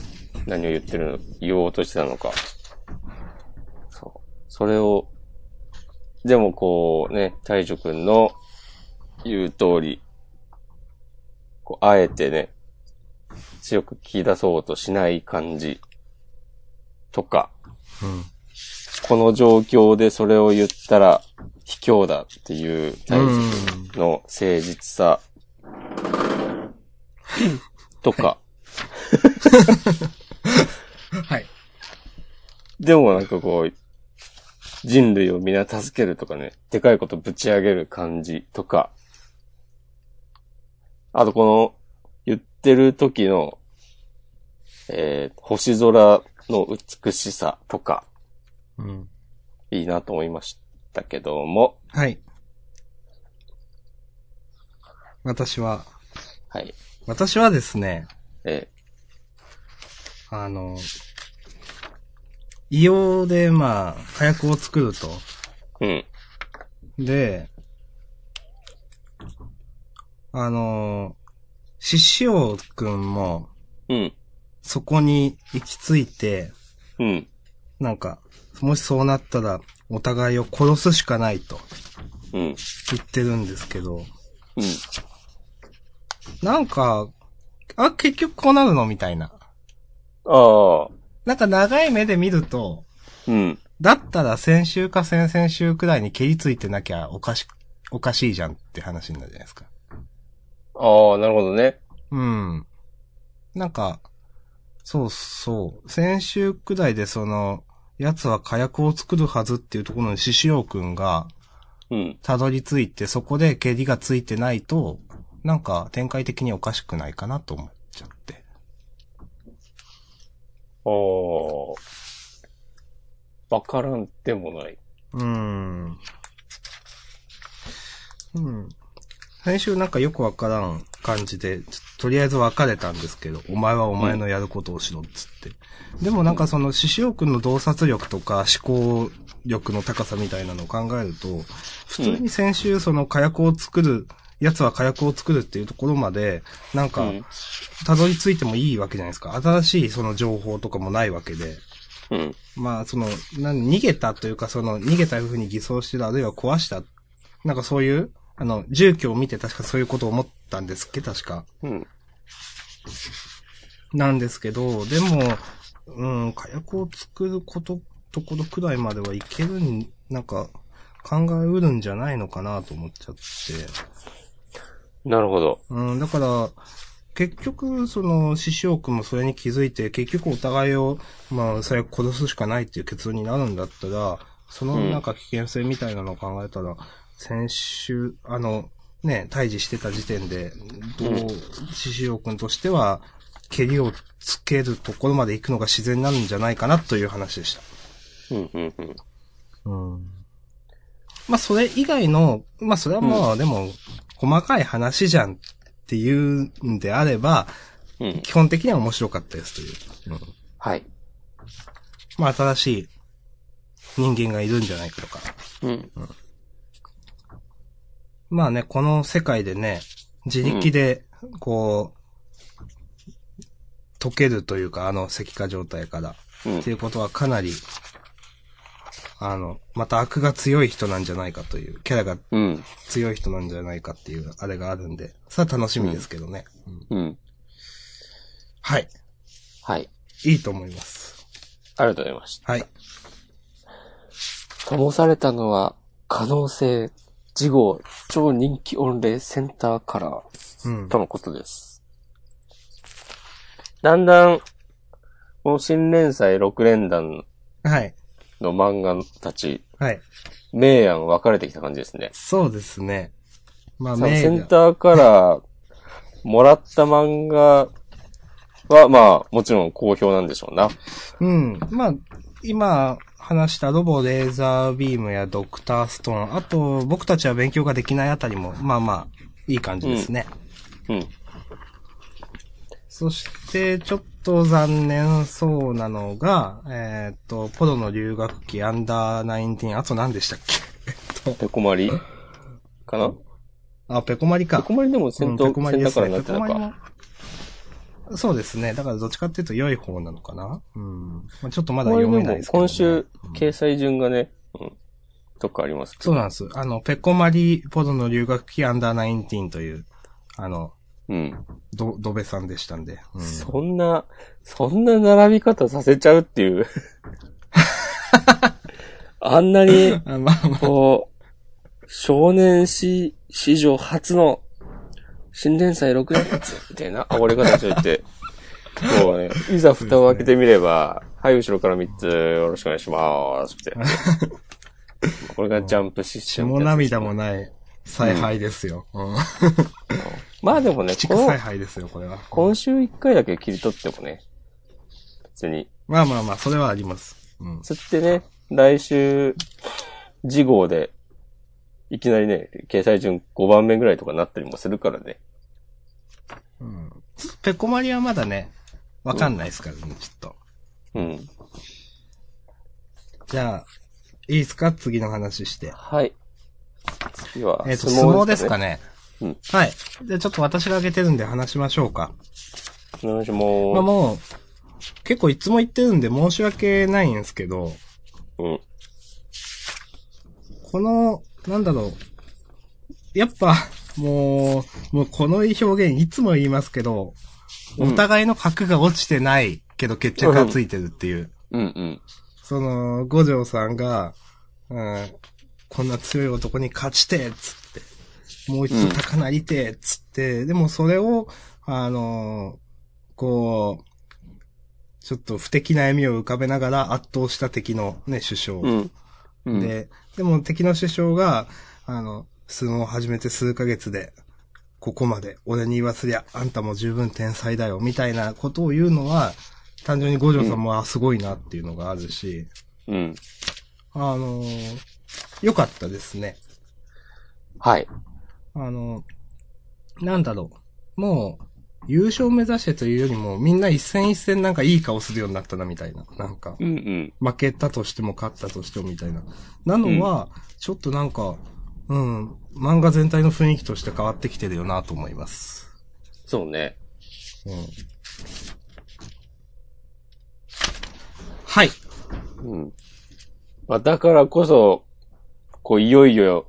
Speaker 2: 何を言ってるの、言おうとしてたのか。そう。それを、でもこうね、大樹くんの言う通り、こう、あえてね、強く聞き出そうとしない感じとか、
Speaker 1: うん。
Speaker 2: この状況でそれを言ったら卑怯だっていう大樹くんの誠実さとか、
Speaker 1: はい。
Speaker 2: でもなんかこう、人類を皆助けるとかね、でかいことぶち上げる感じとか、あとこの、言ってる時の、えー星空の美しさとか、
Speaker 1: うん。
Speaker 2: いいなと思いましたけども、
Speaker 1: はい。私は、
Speaker 2: はい。
Speaker 1: 私はですね、
Speaker 2: え
Speaker 1: あの、硫黄で、まあ、火薬を作ると。
Speaker 2: ーうん。
Speaker 1: で、あの、獅子王くんも、
Speaker 2: うん。
Speaker 1: そこに行き着いて、
Speaker 2: うん。
Speaker 1: なんか、もしそうなったら、お互いを殺すしかないと
Speaker 2: うん。
Speaker 1: 言ってるんですけど、
Speaker 2: うん。
Speaker 1: なんか、あ、結局こうなるのみたいな。
Speaker 2: ああ。
Speaker 1: なんか長い目で見ると、
Speaker 2: うん。
Speaker 1: だったら先週か先々週くらいに蹴りついてなきゃおかし、おかしいじゃんって話になるじゃないですか。
Speaker 2: ああ、なるほどね。
Speaker 1: うん。なんか、そうそう。先週くらいでその、奴は火薬を作るはずっていうところに獅子王くんが
Speaker 2: うん。
Speaker 1: たどり着いて、そこで蹴りがついてないと、なんか展開的におかしくないかなと思っちゃって。
Speaker 2: ああ。わからんでもない。
Speaker 1: うーん。うん。先週なんかよくわからん感じで、ちょとりあえず別れたんですけど、お前はお前のやることをしろっつって。でもなんかその、獅子王くんの洞察力とか思考力の高さみたいなのを考えると、普通に先週その火薬を作る、奴は火薬を作るっていうところまで、なん
Speaker 2: う
Speaker 1: か
Speaker 2: ん、。
Speaker 1: たどり着いてもいいわけじゃないですか。新しいその情報とかもないわけで。
Speaker 2: うん。
Speaker 1: まあ、その、なん逃げたというか、その、逃げたいうふうに偽装してた、あるいは壊した。なんかそういう、あの、住居を見て確かそういうことを思ったんですっけど、確か。
Speaker 2: うん。
Speaker 1: なんですけど、でも、うん、火薬を作ること、ところくらいまではいけるん、なんか、考えうるんじゃないのかなと思っちゃって。
Speaker 2: なるほど。
Speaker 1: うん、だから、結局、その、師匠君もそれに気づいて、結局お互いを、まあ、最悪殺すしかないっていう結論になるんだったら、その
Speaker 2: うん
Speaker 1: なんか危険性みたいなのを考えたら、先週、あの、ね、退治してた時点で、ど
Speaker 2: うん
Speaker 1: う、師匠君としては、蹴りをつけるところまで行くのが自然なんじゃないかなという話でした。
Speaker 2: うん、うん、うん。
Speaker 1: うん。まあ、それ以外の、まあ、それはもう、でも、細かい話じゃんっていうんであれば、
Speaker 2: うん。
Speaker 1: 基本的には面白かったですという。うん
Speaker 2: はい。
Speaker 1: まあ、新しい人間がいるんじゃないかとか。
Speaker 2: うん。
Speaker 1: まあね、この世界でね、自力で、こう、溶けるというか、あの石化状態から。
Speaker 2: うん
Speaker 1: って。いうことはかなり、あの、また悪が強い人なんじゃないかという、キャラが
Speaker 2: うん。
Speaker 1: 強い人なんじゃないかっていう、あれがあるんで、それは楽しみですけどね。うん
Speaker 2: うん。
Speaker 1: はい。
Speaker 2: はい。
Speaker 1: いいと思います。
Speaker 2: ありがとうございました。
Speaker 1: はい。
Speaker 2: 灯されたのは、可能性、事後、超人気御礼センターカラー。
Speaker 1: うん。
Speaker 2: とのことです。だんだん、この新連載6連弾
Speaker 1: はい。
Speaker 2: の漫画たち、
Speaker 1: はい。
Speaker 2: 明暗分かれてきた感じですね。
Speaker 1: そうですね。まあ、
Speaker 2: さセ
Speaker 1: 名
Speaker 2: ン
Speaker 1: が。
Speaker 2: ターからもらった漫画は、まあ、もちろん好評なんでしょうな。
Speaker 1: うん。まあ、今話したロボ、レーザービームやドクターストーン、あと、僕たちは勉強ができないあたりも、まあまあ、いい感じですね。
Speaker 2: うん。
Speaker 1: そして、ちょっと残念そうなのが、えーっと、ポロの留学期、アンダーナインティーン、あと何でしたっけ
Speaker 2: ペコマリかな
Speaker 1: あ、ペコマリか。
Speaker 2: ペコマリでも
Speaker 1: う
Speaker 2: 戦
Speaker 1: ん
Speaker 2: 闘、
Speaker 1: ペコマ
Speaker 2: セ
Speaker 1: リ
Speaker 2: ン
Speaker 1: で
Speaker 2: タ
Speaker 1: す
Speaker 2: ーカ
Speaker 1: ね
Speaker 2: ラーになってた
Speaker 1: ペコマ
Speaker 2: か。
Speaker 1: リもそうですね。だからどっちかっていうと良い方なのかなうん。まあ、ちょっとま
Speaker 2: ペ
Speaker 1: だ
Speaker 2: コマ
Speaker 1: 読め
Speaker 2: リ
Speaker 1: な
Speaker 2: で
Speaker 1: い
Speaker 2: も
Speaker 1: ですけど、ね。
Speaker 2: 今週、掲載順がね、うん、どっかありますけど。
Speaker 1: そうなんです。あの、ペコマリ、ポロの留学期、アンダーナインティーンという、あの、
Speaker 2: うん。
Speaker 1: ど、どべさんでしたんで。うん
Speaker 2: そんな、そんな並び方させちゃうっ
Speaker 1: [LAUGHS]
Speaker 2: ていう。あんなに、
Speaker 1: あまあまあ、
Speaker 2: こう、少年史、史上初の、新連載6連発みたいな、あ、俺が出しといて。今日はね、いざ蓋を開けてみれば、はい、後ろから3つ、よろしくお願いします、みたいな。これがジャンプシステ
Speaker 1: 血
Speaker 2: ムっ
Speaker 1: も
Speaker 2: てやつですね。
Speaker 1: 涙もない、采配ですよ。うん。
Speaker 2: まあでもね、
Speaker 1: 地
Speaker 2: こ
Speaker 1: 区采
Speaker 2: の、
Speaker 1: 配ですよ、これは。
Speaker 2: 今週1回だけ切り取ってもね、別に、
Speaker 1: まあまあまあ、それはあります。うん。
Speaker 2: つってね、来週、次号で、いきなりね、掲載順5番目ぐらいとかなったりもするからね。
Speaker 1: うん、ペコマリはまだね、わかんないですからね、ちょっと。
Speaker 2: うん。
Speaker 1: じゃあ、いいですか次の話して。
Speaker 2: はい。次は、
Speaker 1: えっ、と、相撲ですか
Speaker 2: ね。
Speaker 1: ね。
Speaker 2: うん
Speaker 1: はい。じゃあちょっと私が挙げてるんで話しましょうか。
Speaker 2: お願いし
Speaker 1: まあ
Speaker 2: ま
Speaker 1: もう、結構いつも言ってるんで申し訳ないんですけど、
Speaker 2: す。うん。
Speaker 1: この、なんだろう。やっぱ、もう、もうこの表現いつも言いますけど、
Speaker 2: うん
Speaker 1: お互いの角が落ちてないけど決着がついてるっていう。
Speaker 2: うんうん。
Speaker 1: その、五条さんが、うん、こんな強い男に勝ちて、つって。もう一度高鳴りて、つって。でもそれを、あのこう、ちょっと不敵な笑みを浮かべながら圧倒した敵のね、首相。
Speaker 2: うん。うん。
Speaker 1: で、でも敵の首相が、あの、相撲を始めて数ヶ月で、ここまで、俺に言わせりゃ、あんたも十分天才だよ、みたいなことを言うのは、単純に五条さんも、あ、すごいなっていうのがあるし、
Speaker 2: うん。
Speaker 1: あのー、良かったですね。
Speaker 2: はい。
Speaker 1: あのー、なんだろう。もう、優勝目指してというよりも、みんな一戦一戦なんかいい顔するようになったな、みたいな。なんか。
Speaker 2: うんうん。
Speaker 1: 負けたとしても勝ったとしてもみたいな。なのは、ちょっとなんか、うん、漫画全体の雰囲気として変わってきてるよなと思います。
Speaker 2: そうね。
Speaker 1: うん。はい。
Speaker 2: うん。まあ、だからこそ、こう、いよいよ、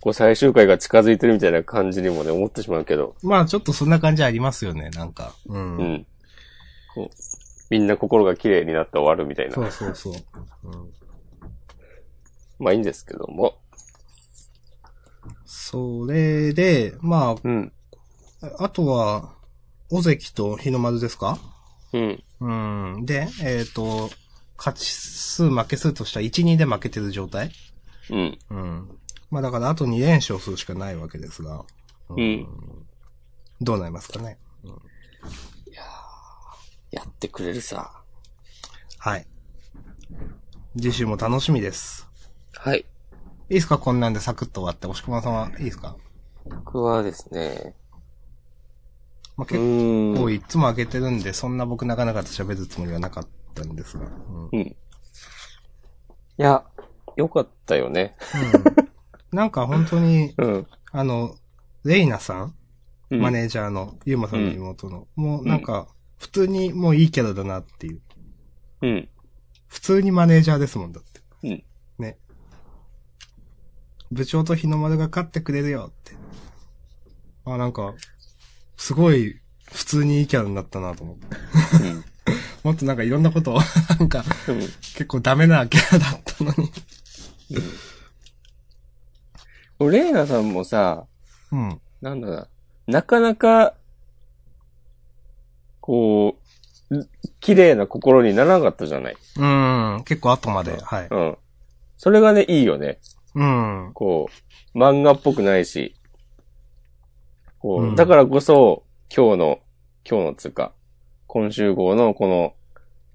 Speaker 2: こう、最終回が近づいてるみたいな感じにもね、思ってしまうけど。
Speaker 1: まあちょっとそんな感じありますよね、なんか。うん。
Speaker 2: うん。こうみんな心が綺麗になって終わるみたいな
Speaker 1: そ。うそうそう。うん、
Speaker 2: まあいいんですけども。
Speaker 1: それで、ま
Speaker 2: うん。
Speaker 1: あ、あとは、尾関と日の丸ですか
Speaker 2: うん。
Speaker 1: うん。で、えっ、と、勝ち数負け数としては1、2で負けてる状態
Speaker 2: うん。
Speaker 1: うん。まあだからあと2連勝するしかないわけですが。う
Speaker 2: うん。
Speaker 1: どうなりますかね。
Speaker 2: やってくれるさ。
Speaker 1: はい。次週も楽しみです。
Speaker 2: はい。
Speaker 1: いいですかこんなんでサクッと終わって。押し込まさんはいいですか
Speaker 2: 僕はですね、
Speaker 1: まあ、
Speaker 2: う
Speaker 1: 結
Speaker 2: ん。
Speaker 1: 構いつも開けてるんで、そんな僕なかなかと喋るつもりはなかったんですが。うん
Speaker 2: うん。いや、よかったよね。
Speaker 1: うんなんか本当に、
Speaker 2: うん。
Speaker 1: あの、レイナさん、
Speaker 2: うん
Speaker 1: マネージャーの、ユーマさんの妹の、もうなんか、普通にもういいキャラだなっていう。
Speaker 2: うん。
Speaker 1: 普通にマネージャーですもんだって。
Speaker 2: うん。
Speaker 1: ね。部長と日の丸が勝ってくれるよって。あ、なんか、すごい、普通にいいキャラになったなと思って。もっとなんかいろんなことを、 [LAUGHS] なんか、
Speaker 2: うん。うん
Speaker 1: 結構ダメなキャラだったのに。
Speaker 2: これレイナさんもさ、
Speaker 1: うん。
Speaker 2: なんだろうな、なかなか、こう、ん綺麗な心にならなかったじゃない。
Speaker 1: うん、結構後まで、はい。
Speaker 2: うん。それがね、いいよね。
Speaker 1: うん。
Speaker 2: こう、漫画っぽくないし。こう、
Speaker 1: うん
Speaker 2: だからこそ、今日の、今日のつうか、今週号のこの、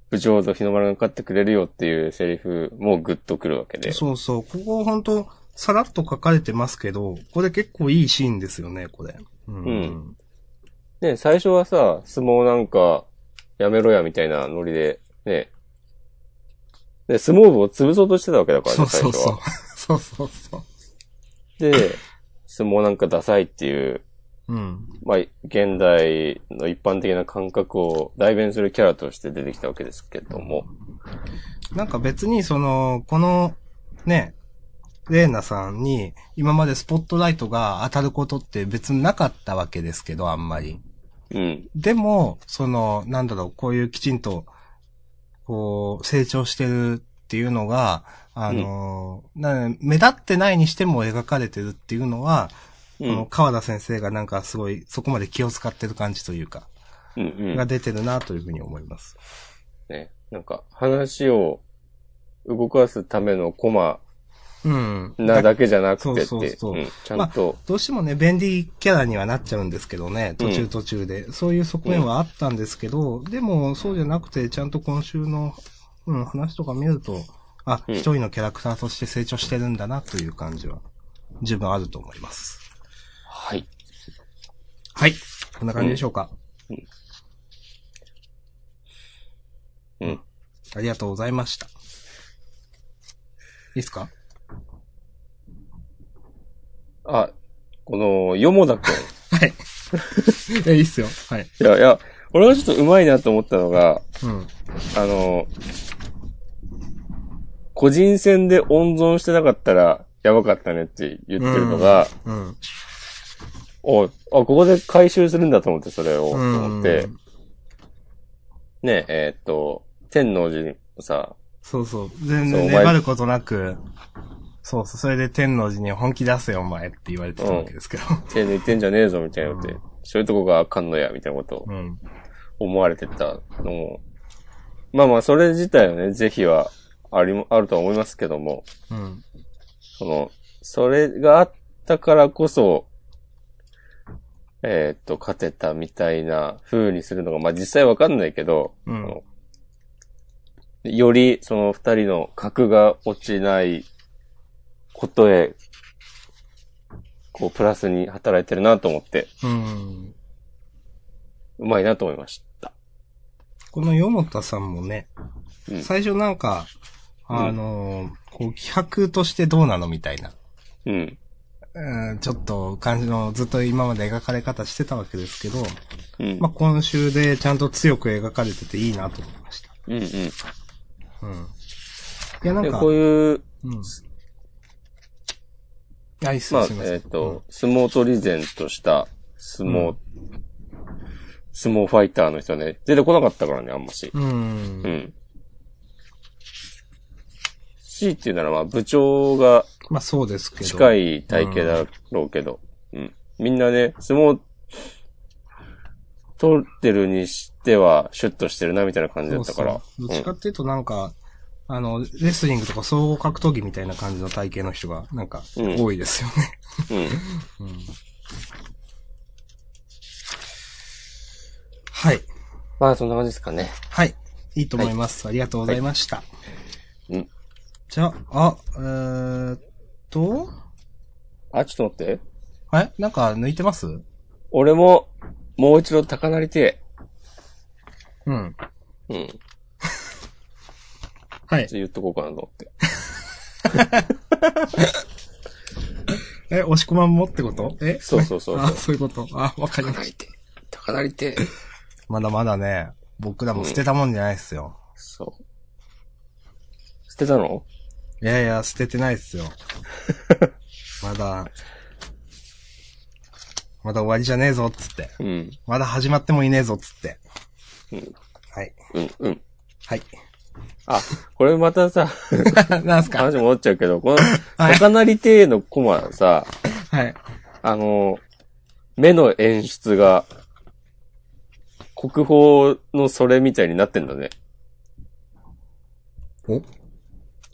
Speaker 2: 部長と日の丸が勝ってくれるよっていうセリフもグッとくるわけで。
Speaker 1: そうそう。ここ本当さらっと書かれてますけど、これ結構いいシーンですよね、これ。うん。
Speaker 2: うんね、最初はさ、相撲なんか、やめろやみたいなノリで、ね。で、相撲部を潰そうとしてたわけだから
Speaker 1: そ
Speaker 2: ね、
Speaker 1: う
Speaker 2: 最
Speaker 1: そう
Speaker 2: 初
Speaker 1: そう
Speaker 2: は。。
Speaker 1: [LAUGHS] そうそうそ
Speaker 2: で、相撲なんかダサいっていう、
Speaker 1: う。うん。
Speaker 2: まあ、現代の一般的な感覚を代弁するキャラとして出てきたわけですけども。
Speaker 1: なんか別にその、この、ね、レーナさんに今までスポットライトが当たることって別になかったわけですけど、あんまり。
Speaker 2: うん。
Speaker 1: でも、その、なんだろう、こういうきちんと、こう、成長してるっていうのが、あの、な目立ってないにしても描かれてるっていうのは、
Speaker 2: う
Speaker 1: この
Speaker 2: ん。
Speaker 1: 川田先生がなんかすごい、そこまで気を使ってる感じというか、
Speaker 2: うん。う
Speaker 1: が
Speaker 2: ん。
Speaker 1: 出てるなというふうに思います。
Speaker 2: ね。なんか、話を動かすためのコマ
Speaker 1: うん。
Speaker 2: なだけじゃなくてって、
Speaker 1: そうそうそう
Speaker 2: うんちゃんと、
Speaker 1: どうしてもね、便利キャラにはなっちゃうんですけどね、途中途中で。そういう側面はあったんですけど、でもそうじゃなくて、ちゃんと今週の、うん、話とか見ると、あ、
Speaker 2: うん
Speaker 1: 一人のキャラクターとして成長してるんだなという感じは、十分あると思います。
Speaker 2: はい。
Speaker 1: はい。こんな感じでしょうか。
Speaker 2: うん。
Speaker 1: ありがとうございました。いいっすか
Speaker 2: あ、この、よもだくん。
Speaker 1: はい。 [LAUGHS] え、いいっすよ。はい。
Speaker 2: いやいや、俺はちょっと上手いなと思ったのが、
Speaker 1: うん。
Speaker 2: あの、個人戦で温存してなかったら、やばかったねって言ってるのが、
Speaker 1: うん。
Speaker 2: おあ、ここで回収するんだと思って、それを、と
Speaker 1: うん
Speaker 2: 思って、ね、えーっと、天王寺のさ、
Speaker 1: そうそう。全
Speaker 2: そうお
Speaker 1: 然
Speaker 2: 前
Speaker 1: 粘ることなく、そうそう、それで天王寺に本気出せよ、お前って言われてたわけですけど。
Speaker 2: 手抜いてんじゃねえぞ、みたいなのって、
Speaker 1: うん
Speaker 2: そういうとこがあかんのや、みたいなことを
Speaker 1: うん。
Speaker 2: 思われてたのも、まあまあ、それ自体はね、是非は、ありも、あるとは思いますけども、
Speaker 1: うん。
Speaker 2: その、それがあったからこそ、えーっと、勝てたみたいな風にするのが、まあ実際わかんないけど、
Speaker 1: う
Speaker 2: あ
Speaker 1: ん
Speaker 2: の。よりその二人の格が落ちないことへ、こう、プラスに働いてるなと思って、
Speaker 1: うん。
Speaker 2: うまいなと思いました。
Speaker 1: このよもたさんもね、
Speaker 2: うん
Speaker 1: 最初なんか、
Speaker 2: うん
Speaker 1: あのーこう、気迫としてどうなのみたいな。
Speaker 2: うん。
Speaker 1: うん、ちょっと感じのずっと今まで描かれ方してたわけですけど、
Speaker 2: うん。
Speaker 1: まあ、今週でちゃんと強く描かれてていいなと思いました。
Speaker 2: うんうん。
Speaker 1: うん。いや、なん
Speaker 2: で、
Speaker 1: か、
Speaker 2: こういう、
Speaker 1: うん。あ、いいっす
Speaker 2: まあ、
Speaker 1: よ
Speaker 2: え
Speaker 1: すいません。
Speaker 2: ーっ、と、相撲取り前とした相撲、相撲ファイターの人ね、出てこなかったからね、あんまし。
Speaker 1: うん、
Speaker 2: う
Speaker 1: うん。
Speaker 2: ん。C っていうなら、まあ、部長が
Speaker 1: まあそうですけど。
Speaker 2: 近
Speaker 1: い。
Speaker 2: い体型だろうけど、うん。みんなね、相撲、取ってるにしては、シュッとしてるな、みたいな感じだ
Speaker 1: そ
Speaker 2: っ
Speaker 1: う
Speaker 2: た
Speaker 1: そ
Speaker 2: か
Speaker 1: う。
Speaker 2: ら。
Speaker 1: どっちかっていうとなんか、あの、レスリングとか総合格闘技みたいな感じの体型の人が、なんか、
Speaker 2: うん
Speaker 1: 多いですよね。
Speaker 2: うん。うん
Speaker 1: はい。
Speaker 2: まあ、そんな感じですかね。
Speaker 1: はい。いいと思います。ありがとうございました。
Speaker 2: うん。
Speaker 1: じゃあ、あ、えーっと、
Speaker 2: あ、ちょっと待って。
Speaker 1: えなんか抜いてます
Speaker 2: 俺も、もう一度高鳴りて
Speaker 1: うん。
Speaker 2: え。うん。ちょ
Speaker 1: はい
Speaker 2: っと。言っとこうかなと思って。
Speaker 1: え、押し込まんもってことえ
Speaker 2: そうそうそうそう
Speaker 1: あ、そういうこと。あ、わかり
Speaker 2: 高
Speaker 1: ま
Speaker 2: 鳴
Speaker 1: し
Speaker 2: りてえ。高鳴りてえ。
Speaker 1: た。まだまだね、僕らも捨てたもんじゃないっすよ。
Speaker 2: そう。捨てたの
Speaker 1: いやいや、捨ててないっ
Speaker 2: [LAUGHS]
Speaker 1: すよ。まだ、まだ終わりじゃねえぞ、つって。
Speaker 2: うん。
Speaker 1: まだ始まってもいねえぞ、つって。
Speaker 2: うん。
Speaker 1: はい。
Speaker 2: うん、うん。
Speaker 1: はい。
Speaker 2: あ、これまたさ、
Speaker 1: [LAUGHS] なんすか
Speaker 2: 話戻っちゃうけど、この、
Speaker 1: はい
Speaker 2: 高鳴りてえのコマさ、
Speaker 1: はい。
Speaker 2: あの、目の演出が、国宝のそれみたいになってんだね。
Speaker 1: お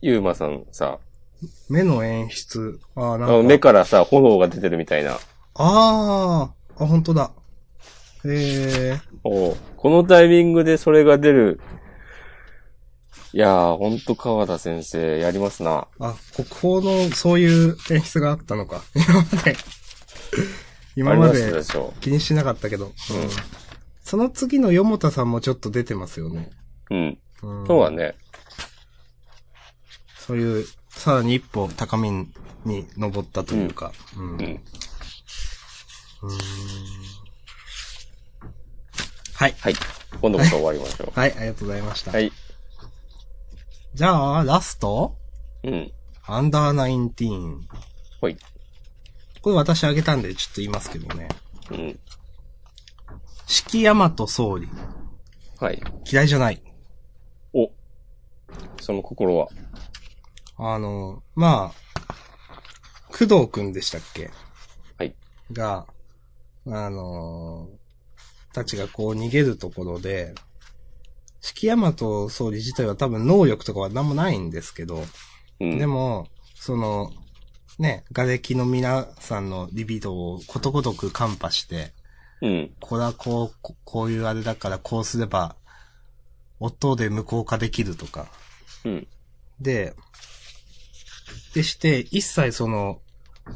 Speaker 2: ゆうまさんさ、
Speaker 1: 目の演出。あー
Speaker 2: あ
Speaker 1: な
Speaker 2: の
Speaker 1: んか。
Speaker 2: 目からさ、炎が出てるみたいな。
Speaker 1: あー、あ、本当だ。へえ。
Speaker 2: おうこのタイミングでそれが出る。いやー、ほんと川田先生、やりますな。
Speaker 1: あ、国宝のそういう演出があったのか。 [LAUGHS] 今まで。今ま
Speaker 2: ありま
Speaker 1: で
Speaker 2: したでしょ
Speaker 1: 気にしなかったけど。うん。その次のよもたさんもちょっと出てますよね。
Speaker 2: う。うん。
Speaker 1: うん。
Speaker 2: そうだね。
Speaker 1: そういう、さらに一歩高みに登ったというか。うん。
Speaker 2: うん。
Speaker 1: はい。
Speaker 2: はい。今度こそ終わりましょ
Speaker 1: はい、ありがとうございました。
Speaker 2: う。はい。
Speaker 1: じゃあ、ラスト
Speaker 2: うん。
Speaker 1: アンダーナインティーン。
Speaker 2: ほい。
Speaker 1: これ私あげたんでちょっと言いますけどね。
Speaker 2: うん。
Speaker 1: 四季山と総理。
Speaker 2: はい。
Speaker 1: 嫌いじゃない。
Speaker 2: お。その心は。
Speaker 1: あの、まあ、工藤くんでしたっけ
Speaker 2: はい。
Speaker 1: が、あのーたちがこう逃げるところで、四季山と総理自体は多分能力とかは何もないんですけど、
Speaker 2: うん。
Speaker 1: でも、その、ね、瓦礫の皆さんのリビドーをことごとくカンパして、
Speaker 2: うん。
Speaker 1: これはこう、ここういうあれだからこうすれば、音で無効化できるとか。
Speaker 2: うん。
Speaker 1: で、でして、一切その、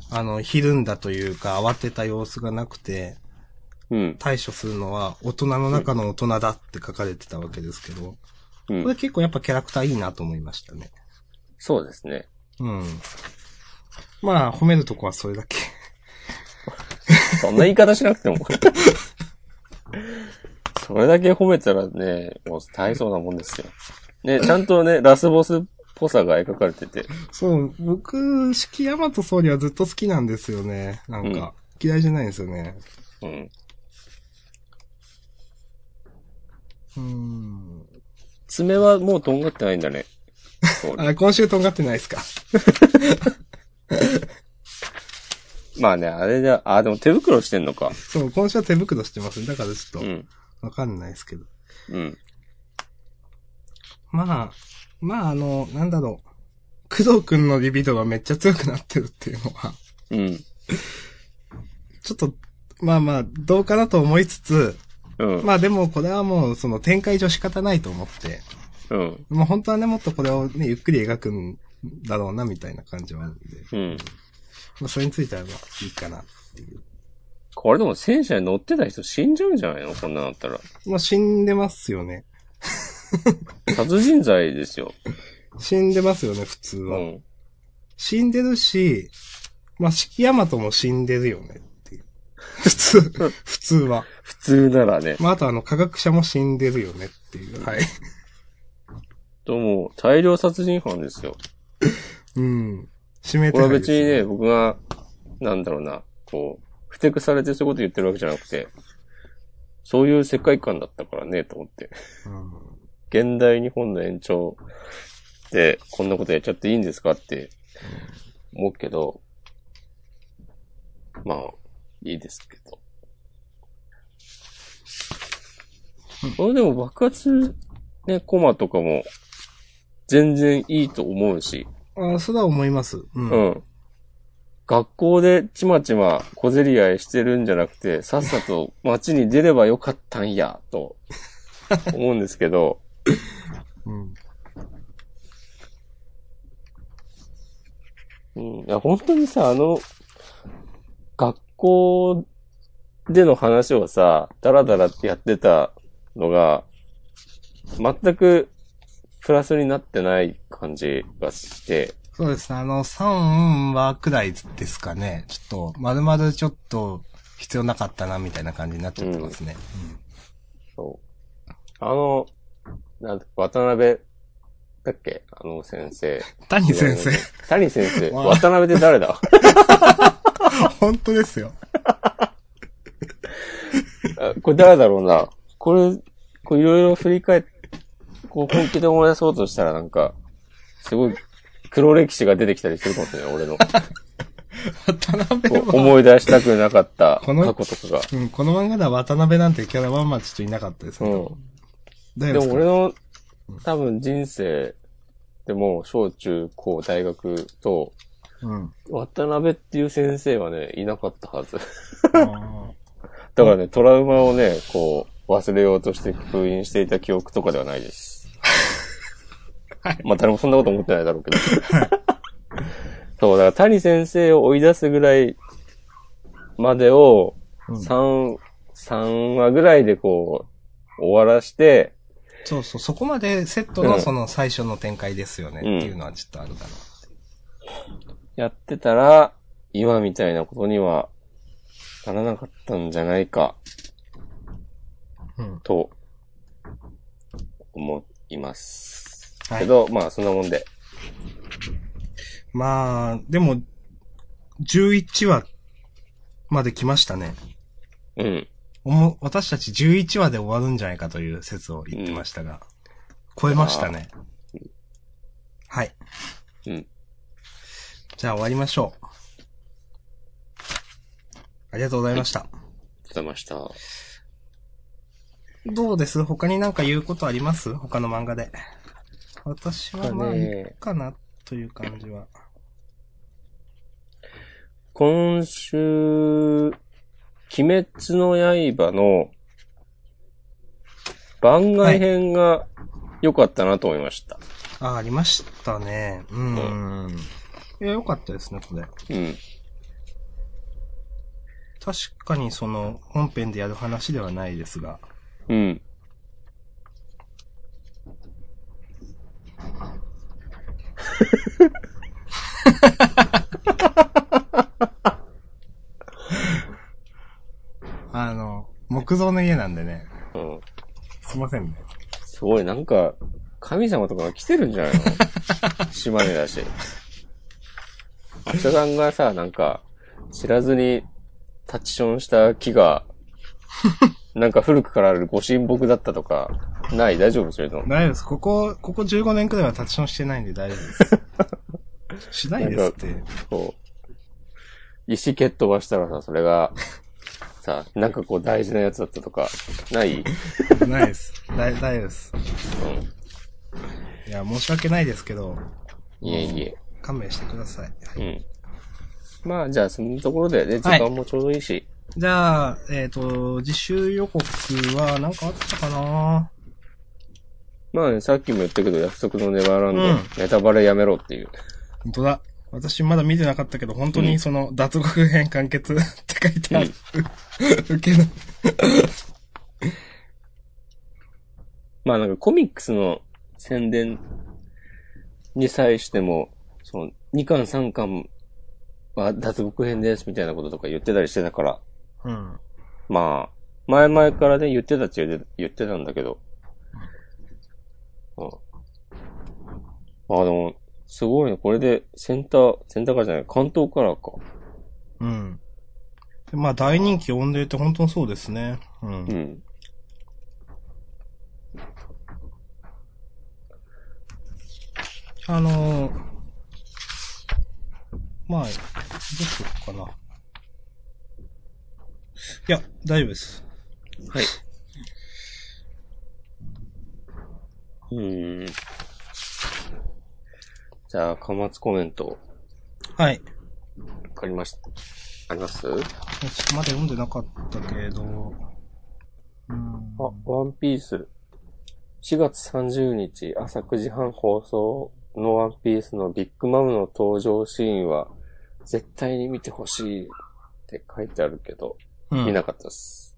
Speaker 1: あの、ひるんだというか、慌てた様子がなくて、
Speaker 2: うん。
Speaker 1: 対処するのは、大人の中の大人だって書かれてたわけですけど、
Speaker 2: う
Speaker 1: これ
Speaker 2: ん。
Speaker 1: 結構やっぱキャラクターいいなと思いましたね。
Speaker 2: そうですね。
Speaker 1: うん。まあ、褒めるとこはそれだけ。 [LAUGHS]
Speaker 2: そんな言い方しなくても。 [LAUGHS] それだけ褒めたらね、もう大層なもんですよ。ね、ちゃんとね、ラスボスっぽさが描かれてて。
Speaker 1: そう、僕、四季山と総理はずっと好きなんですよね。なんか、嫌いじゃないんですよね。
Speaker 2: うん。
Speaker 1: うん。
Speaker 2: 爪はもうとんがってないんだね。そう
Speaker 1: あ、今週とんがってないですか。
Speaker 2: まあね、あれじゃ、あ、でも手袋してんのか。
Speaker 1: そう、今週は手袋してますね。だからちょ
Speaker 2: う
Speaker 1: っと、
Speaker 2: ん。
Speaker 1: わかんないですけど。
Speaker 2: うん。
Speaker 1: まあ、まああの、なんだろう。工藤くんのリビドがめっちゃ強くなってるっていうのは、 [LAUGHS]
Speaker 2: うん。
Speaker 1: ちょっと、まあまあ、どうかなと思いつつ、
Speaker 2: うん。
Speaker 1: まあでもこれはもうその展開上仕方ないと思って、
Speaker 2: うん。
Speaker 1: もう本当はね、もっとこれをね、ゆっくり描くんだろうなみたいな感じはあるんで、
Speaker 2: うん。
Speaker 1: まあそれについてはまあいいかなっていう。
Speaker 2: これでも戦車に乗ってた人死んじゃうんじゃないのこんなのあったら。
Speaker 1: まあ死んでますよね。
Speaker 2: 殺人罪ですよ。
Speaker 1: 死んでますよね、普通
Speaker 2: う
Speaker 1: は。
Speaker 2: ん。
Speaker 1: 死んでるし、まあ、四季山とも死んでるよねっていう。 [LAUGHS] 普通、普通は。
Speaker 2: 普通ならね。
Speaker 1: まあ、あとあの、科学者も死んでるよねっていう。はい。
Speaker 2: どうも、大量殺人犯ですよ。
Speaker 1: うん。指
Speaker 2: [LAUGHS]
Speaker 1: 名手
Speaker 2: これ
Speaker 1: 配
Speaker 2: は
Speaker 1: で
Speaker 2: 別
Speaker 1: すよ
Speaker 2: にね、。僕が、なんだろうな、こう、不適されてそういうこと言ってるわけじゃなくて、そういう世界観だったからね、と思って。
Speaker 1: うん
Speaker 2: 現代日本の延長で、こんなことやっちゃっていいんですかって、思うけど、まあ、いいですけど。これでも爆発、ね、コマとかも、全然いいと思うし、
Speaker 1: ああ、そうだ思います。うん。
Speaker 2: うん。学校でちまちま小競り合いしてるんじゃなくて、さっさと街に出ればよかったんや、と思うんです
Speaker 1: [LAUGHS]
Speaker 2: けど、
Speaker 1: うん。
Speaker 2: うん。いや、本当にさ、あの、学校での話をさ、ダラダラってやってたのが、全くプラスになってない感じがして、
Speaker 1: そうですね。あの、3話くらいですかね。ちょっと、まるまるちょっと、必要なかったな、みたいな感じになっちゃってますね。
Speaker 2: そう。あの、なんて渡辺、だっけあの先生。
Speaker 1: 谷先生、。
Speaker 2: 谷先生。
Speaker 1: わあ
Speaker 2: 渡辺って
Speaker 1: [LAUGHS]
Speaker 2: 誰だ
Speaker 1: 本当ですよ。
Speaker 2: あこれ誰だろうな。これ、こういろいろ振り返って、こう本気で思い出そうとしたらなんか、すごい黒歴史が出てきたりするかもしれない、
Speaker 1: [LAUGHS]
Speaker 2: 俺の。
Speaker 1: 渡辺
Speaker 2: こう
Speaker 1: は、
Speaker 2: 思い出したくなかった過
Speaker 1: この
Speaker 2: 去とかが。
Speaker 1: うん、この漫画では渡辺なんてキャラはまあちょっといなかったです
Speaker 2: う
Speaker 1: ね。
Speaker 2: ん。
Speaker 1: 大
Speaker 2: で
Speaker 1: 丈夫
Speaker 2: も
Speaker 1: すか
Speaker 2: 俺の多分人生でも小中高大学と
Speaker 1: うん。
Speaker 2: 渡辺っていう先生はね、いなかったはず。
Speaker 1: あ
Speaker 2: だからね、トラウマをね、こう、忘れようとして封印していた記憶とかではないです。まあ誰もそんなこと思ってないだろうけど。そう、だから谷先生を追い出すぐらいまでを、
Speaker 1: ーうん
Speaker 2: 3、3話ぐらいでこう、終わらして、
Speaker 1: そうそう、そこまでセット
Speaker 2: う
Speaker 1: の
Speaker 2: ん
Speaker 1: その最初の展開ですよね、
Speaker 2: うん
Speaker 1: っていうのはちょっとあるかな。
Speaker 2: やってたら、今みたいなことにはならなかったんじゃないか、
Speaker 1: うん。
Speaker 2: と、思います。
Speaker 1: はい
Speaker 2: けど、まあ、そんなもんで。
Speaker 1: まあ、でも、11話まで来ましたね。
Speaker 2: うん。
Speaker 1: おも、私たち11話で終わるんじゃないかという説を言ってましたが、超えましたね。はい。
Speaker 2: うん。
Speaker 1: じゃあ終わりましょう。ありがとうございました。
Speaker 2: 出ました。
Speaker 1: どうです他になんか言うことあります他の漫画で。私はまあ、
Speaker 2: そう
Speaker 1: い
Speaker 2: ね
Speaker 1: いかなという感じは。
Speaker 2: 今週、鬼滅の刃の番外編が良かったなと思いました。
Speaker 1: あ、ありましたね。うん。いや、よかったですね、これ。
Speaker 2: うん。
Speaker 1: 確かにその、本編でやる話ではないですが。
Speaker 2: うん。
Speaker 1: あの、木造の家なんでね。
Speaker 2: うん。
Speaker 1: すいませんね。
Speaker 2: すごい、なんか、神様とかが来てるんじゃない
Speaker 1: [LAUGHS]
Speaker 2: の島根だし。明日さんがさ、なんか、知らずにタッチションした
Speaker 1: [LAUGHS]
Speaker 2: 木が、なんか古くからあるご神木だったとか、ない大丈夫それとも。
Speaker 1: 大丈夫です。ここ、ここ15年くらいは立ちションしてないんで大丈夫です。 [LAUGHS] しないですって。
Speaker 2: そう。石蹴っ飛ばしたらさ、それが、さ、なんかこう大事なやつだったとか、ないうん。
Speaker 1: ないです。大大丈夫です。いや、申し訳ないですけど、
Speaker 2: いえいえ。
Speaker 1: 勘弁してください。はい
Speaker 2: うん。まあ、じゃあ、そのところで、で、時
Speaker 1: はい
Speaker 2: 間もちょうどいいし。
Speaker 1: じゃあ、えっ、と、自習予告はなんかあったかな
Speaker 2: まあね、さっきも言ったけど、約束のネバーランド、
Speaker 1: うん
Speaker 2: ネタバレやめろっていう。
Speaker 1: 本当だ。私まだ見てなかったけど、本当にその、脱獄編完結 [LAUGHS] って書いてある。受けの。
Speaker 2: まあなんかコミックスの宣伝に際しても、その、2巻3巻は脱獄編ですみたいなこととか言ってたりしてたから、
Speaker 1: うん。
Speaker 2: まあ、前々からね、言ってたっちゃ言って言ってたんだけど。うん。まあでも、すごいね。これで、センター、センターからじゃない、関東からか。
Speaker 1: うん。でまあ、大人気音霊って本当にそうですね。うん。
Speaker 2: うん。
Speaker 1: あのー、まあ、どうしようかな。いや、大丈夫です。
Speaker 2: はい。うん。じゃあ、貨末コメント、
Speaker 1: はい。
Speaker 2: わかりました。ありますあ、
Speaker 1: 私まだ読んでなかったけれど、うん。
Speaker 2: ワンピース。4月30日朝9時半放送のワンピースのビッグマムの登場シーンは絶対に見てほしいって書いてあるけど、
Speaker 1: うん
Speaker 2: 見なかったです。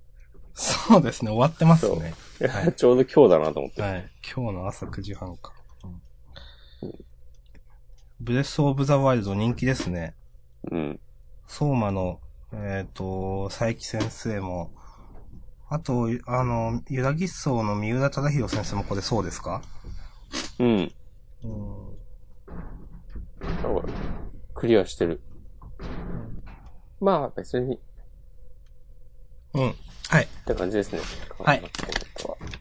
Speaker 2: [LAUGHS]
Speaker 1: そうですね、終わってますね。
Speaker 2: いや
Speaker 1: はい
Speaker 2: ちょうど今日だなと思って。
Speaker 1: はい。今日の朝9時半か。ブレスオブザワイルド人気ですね。
Speaker 2: うん。
Speaker 1: 相馬の、えっ、と、佐伯先生も、あと、あの、ユラギッソーの三浦忠宏先生もこれそうですか
Speaker 2: うん。
Speaker 1: うん。
Speaker 2: なんかクリアしてる。まあ、別に、っ
Speaker 1: うん。はい。
Speaker 2: て感じですね。
Speaker 1: はい。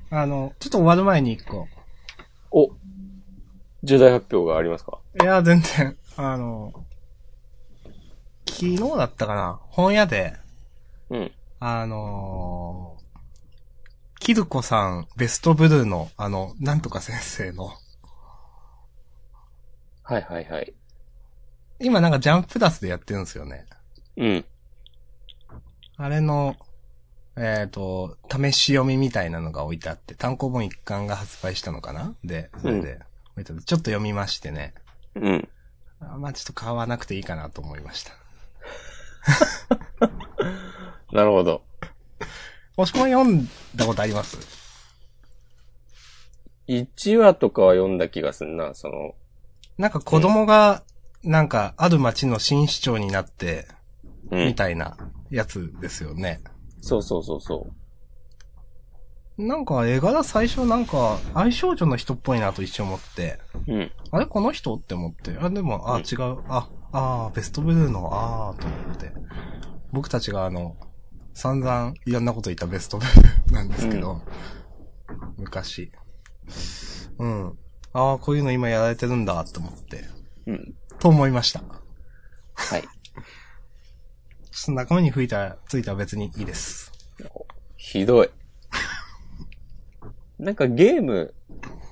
Speaker 1: あの、ちょっと終わる前に一個。
Speaker 2: お重大発表がありますか
Speaker 1: いや、全然、あの、昨日だったかな本屋で、
Speaker 2: うん。
Speaker 1: あのーキルコさん、ベストブルーの、あの、なんとか先生の、
Speaker 2: はいはいはい。
Speaker 1: 今なんかジャンプラスでやってるんですよね。
Speaker 2: うん。
Speaker 1: あれの、えっ、と、試し読みみたいなのが置いてあって、単行本一巻が発売したのかなで、それで、置いてあってちょっと読みましてね。
Speaker 2: うん。
Speaker 1: あまあちょっと買わなくていいかなと思いました。
Speaker 2: なるほど。
Speaker 1: もしも読んだことあります
Speaker 2: 1話とかは読んだ気がするな、その、
Speaker 1: なんか子供が、なんか、ある町の新市長になって、
Speaker 2: う
Speaker 1: み。たいなやつですよね。
Speaker 2: そうそうそうそう。
Speaker 1: なんか、絵柄最初なんか、愛少女の人っぽいなと一瞬思って、
Speaker 2: うん。
Speaker 1: あれこの人って思って、あ、でも、あ、
Speaker 2: うん
Speaker 1: 違う、あ、あー、ベストブルーの、あー、と思って。僕たちがあの、散々いろんなこと言ったベストブルーなんですけど、昔。うん。ああ、こういうの今やられてるんだ、と思って、
Speaker 2: うん。
Speaker 1: と思いました。
Speaker 2: はい。
Speaker 1: ちょっと中身に吹いたら、ついたら別にいいです。
Speaker 2: ひどい。なんかゲーム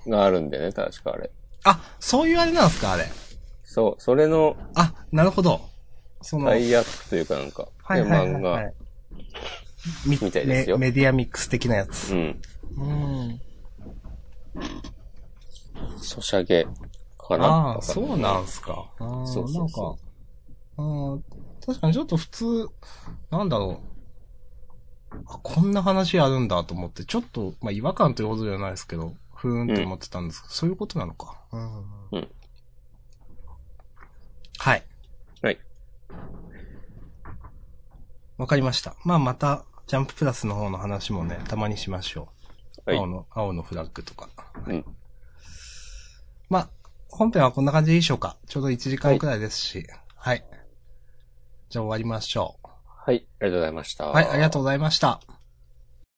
Speaker 2: があるんでね、確かあれ。
Speaker 1: あ、そういうあれなんですか、あれ。
Speaker 2: そう、それの
Speaker 1: あ、なるほど。その、
Speaker 2: タイアップというかなんか、
Speaker 1: はいはいはい、
Speaker 2: 漫
Speaker 1: は
Speaker 2: 画
Speaker 1: い。。み
Speaker 2: みたいですよ
Speaker 1: メメディアミックス的なやつ。
Speaker 2: うん。
Speaker 1: うん。
Speaker 2: ソシャゲかな
Speaker 1: あ
Speaker 2: わ
Speaker 1: あ、
Speaker 2: かん
Speaker 1: そうなんすか。あー
Speaker 2: そうそうそ
Speaker 1: なんか、うん、確かにちょっと普通、なんだろう。あ、こんな話あるんだと思って、ちょっと、まあ、違和感というほどじゃないですけど、ふーんって思ってたんですけど、そういうことなのか。うん。
Speaker 2: うん
Speaker 1: はい。
Speaker 2: はい。
Speaker 1: わかりました。まあ、また、ジャンププラスの方の話もね、たまにしましょう。
Speaker 2: はい
Speaker 1: 青の、青のフラッグとか。
Speaker 2: うん。
Speaker 1: まあ、本編はこんな感じでいいでしょうか。ちょうど1時間くらいですし。はい。じゃあ終わりましょ
Speaker 2: はい、ありがとうございました。
Speaker 1: う。はい、ありがとうございました。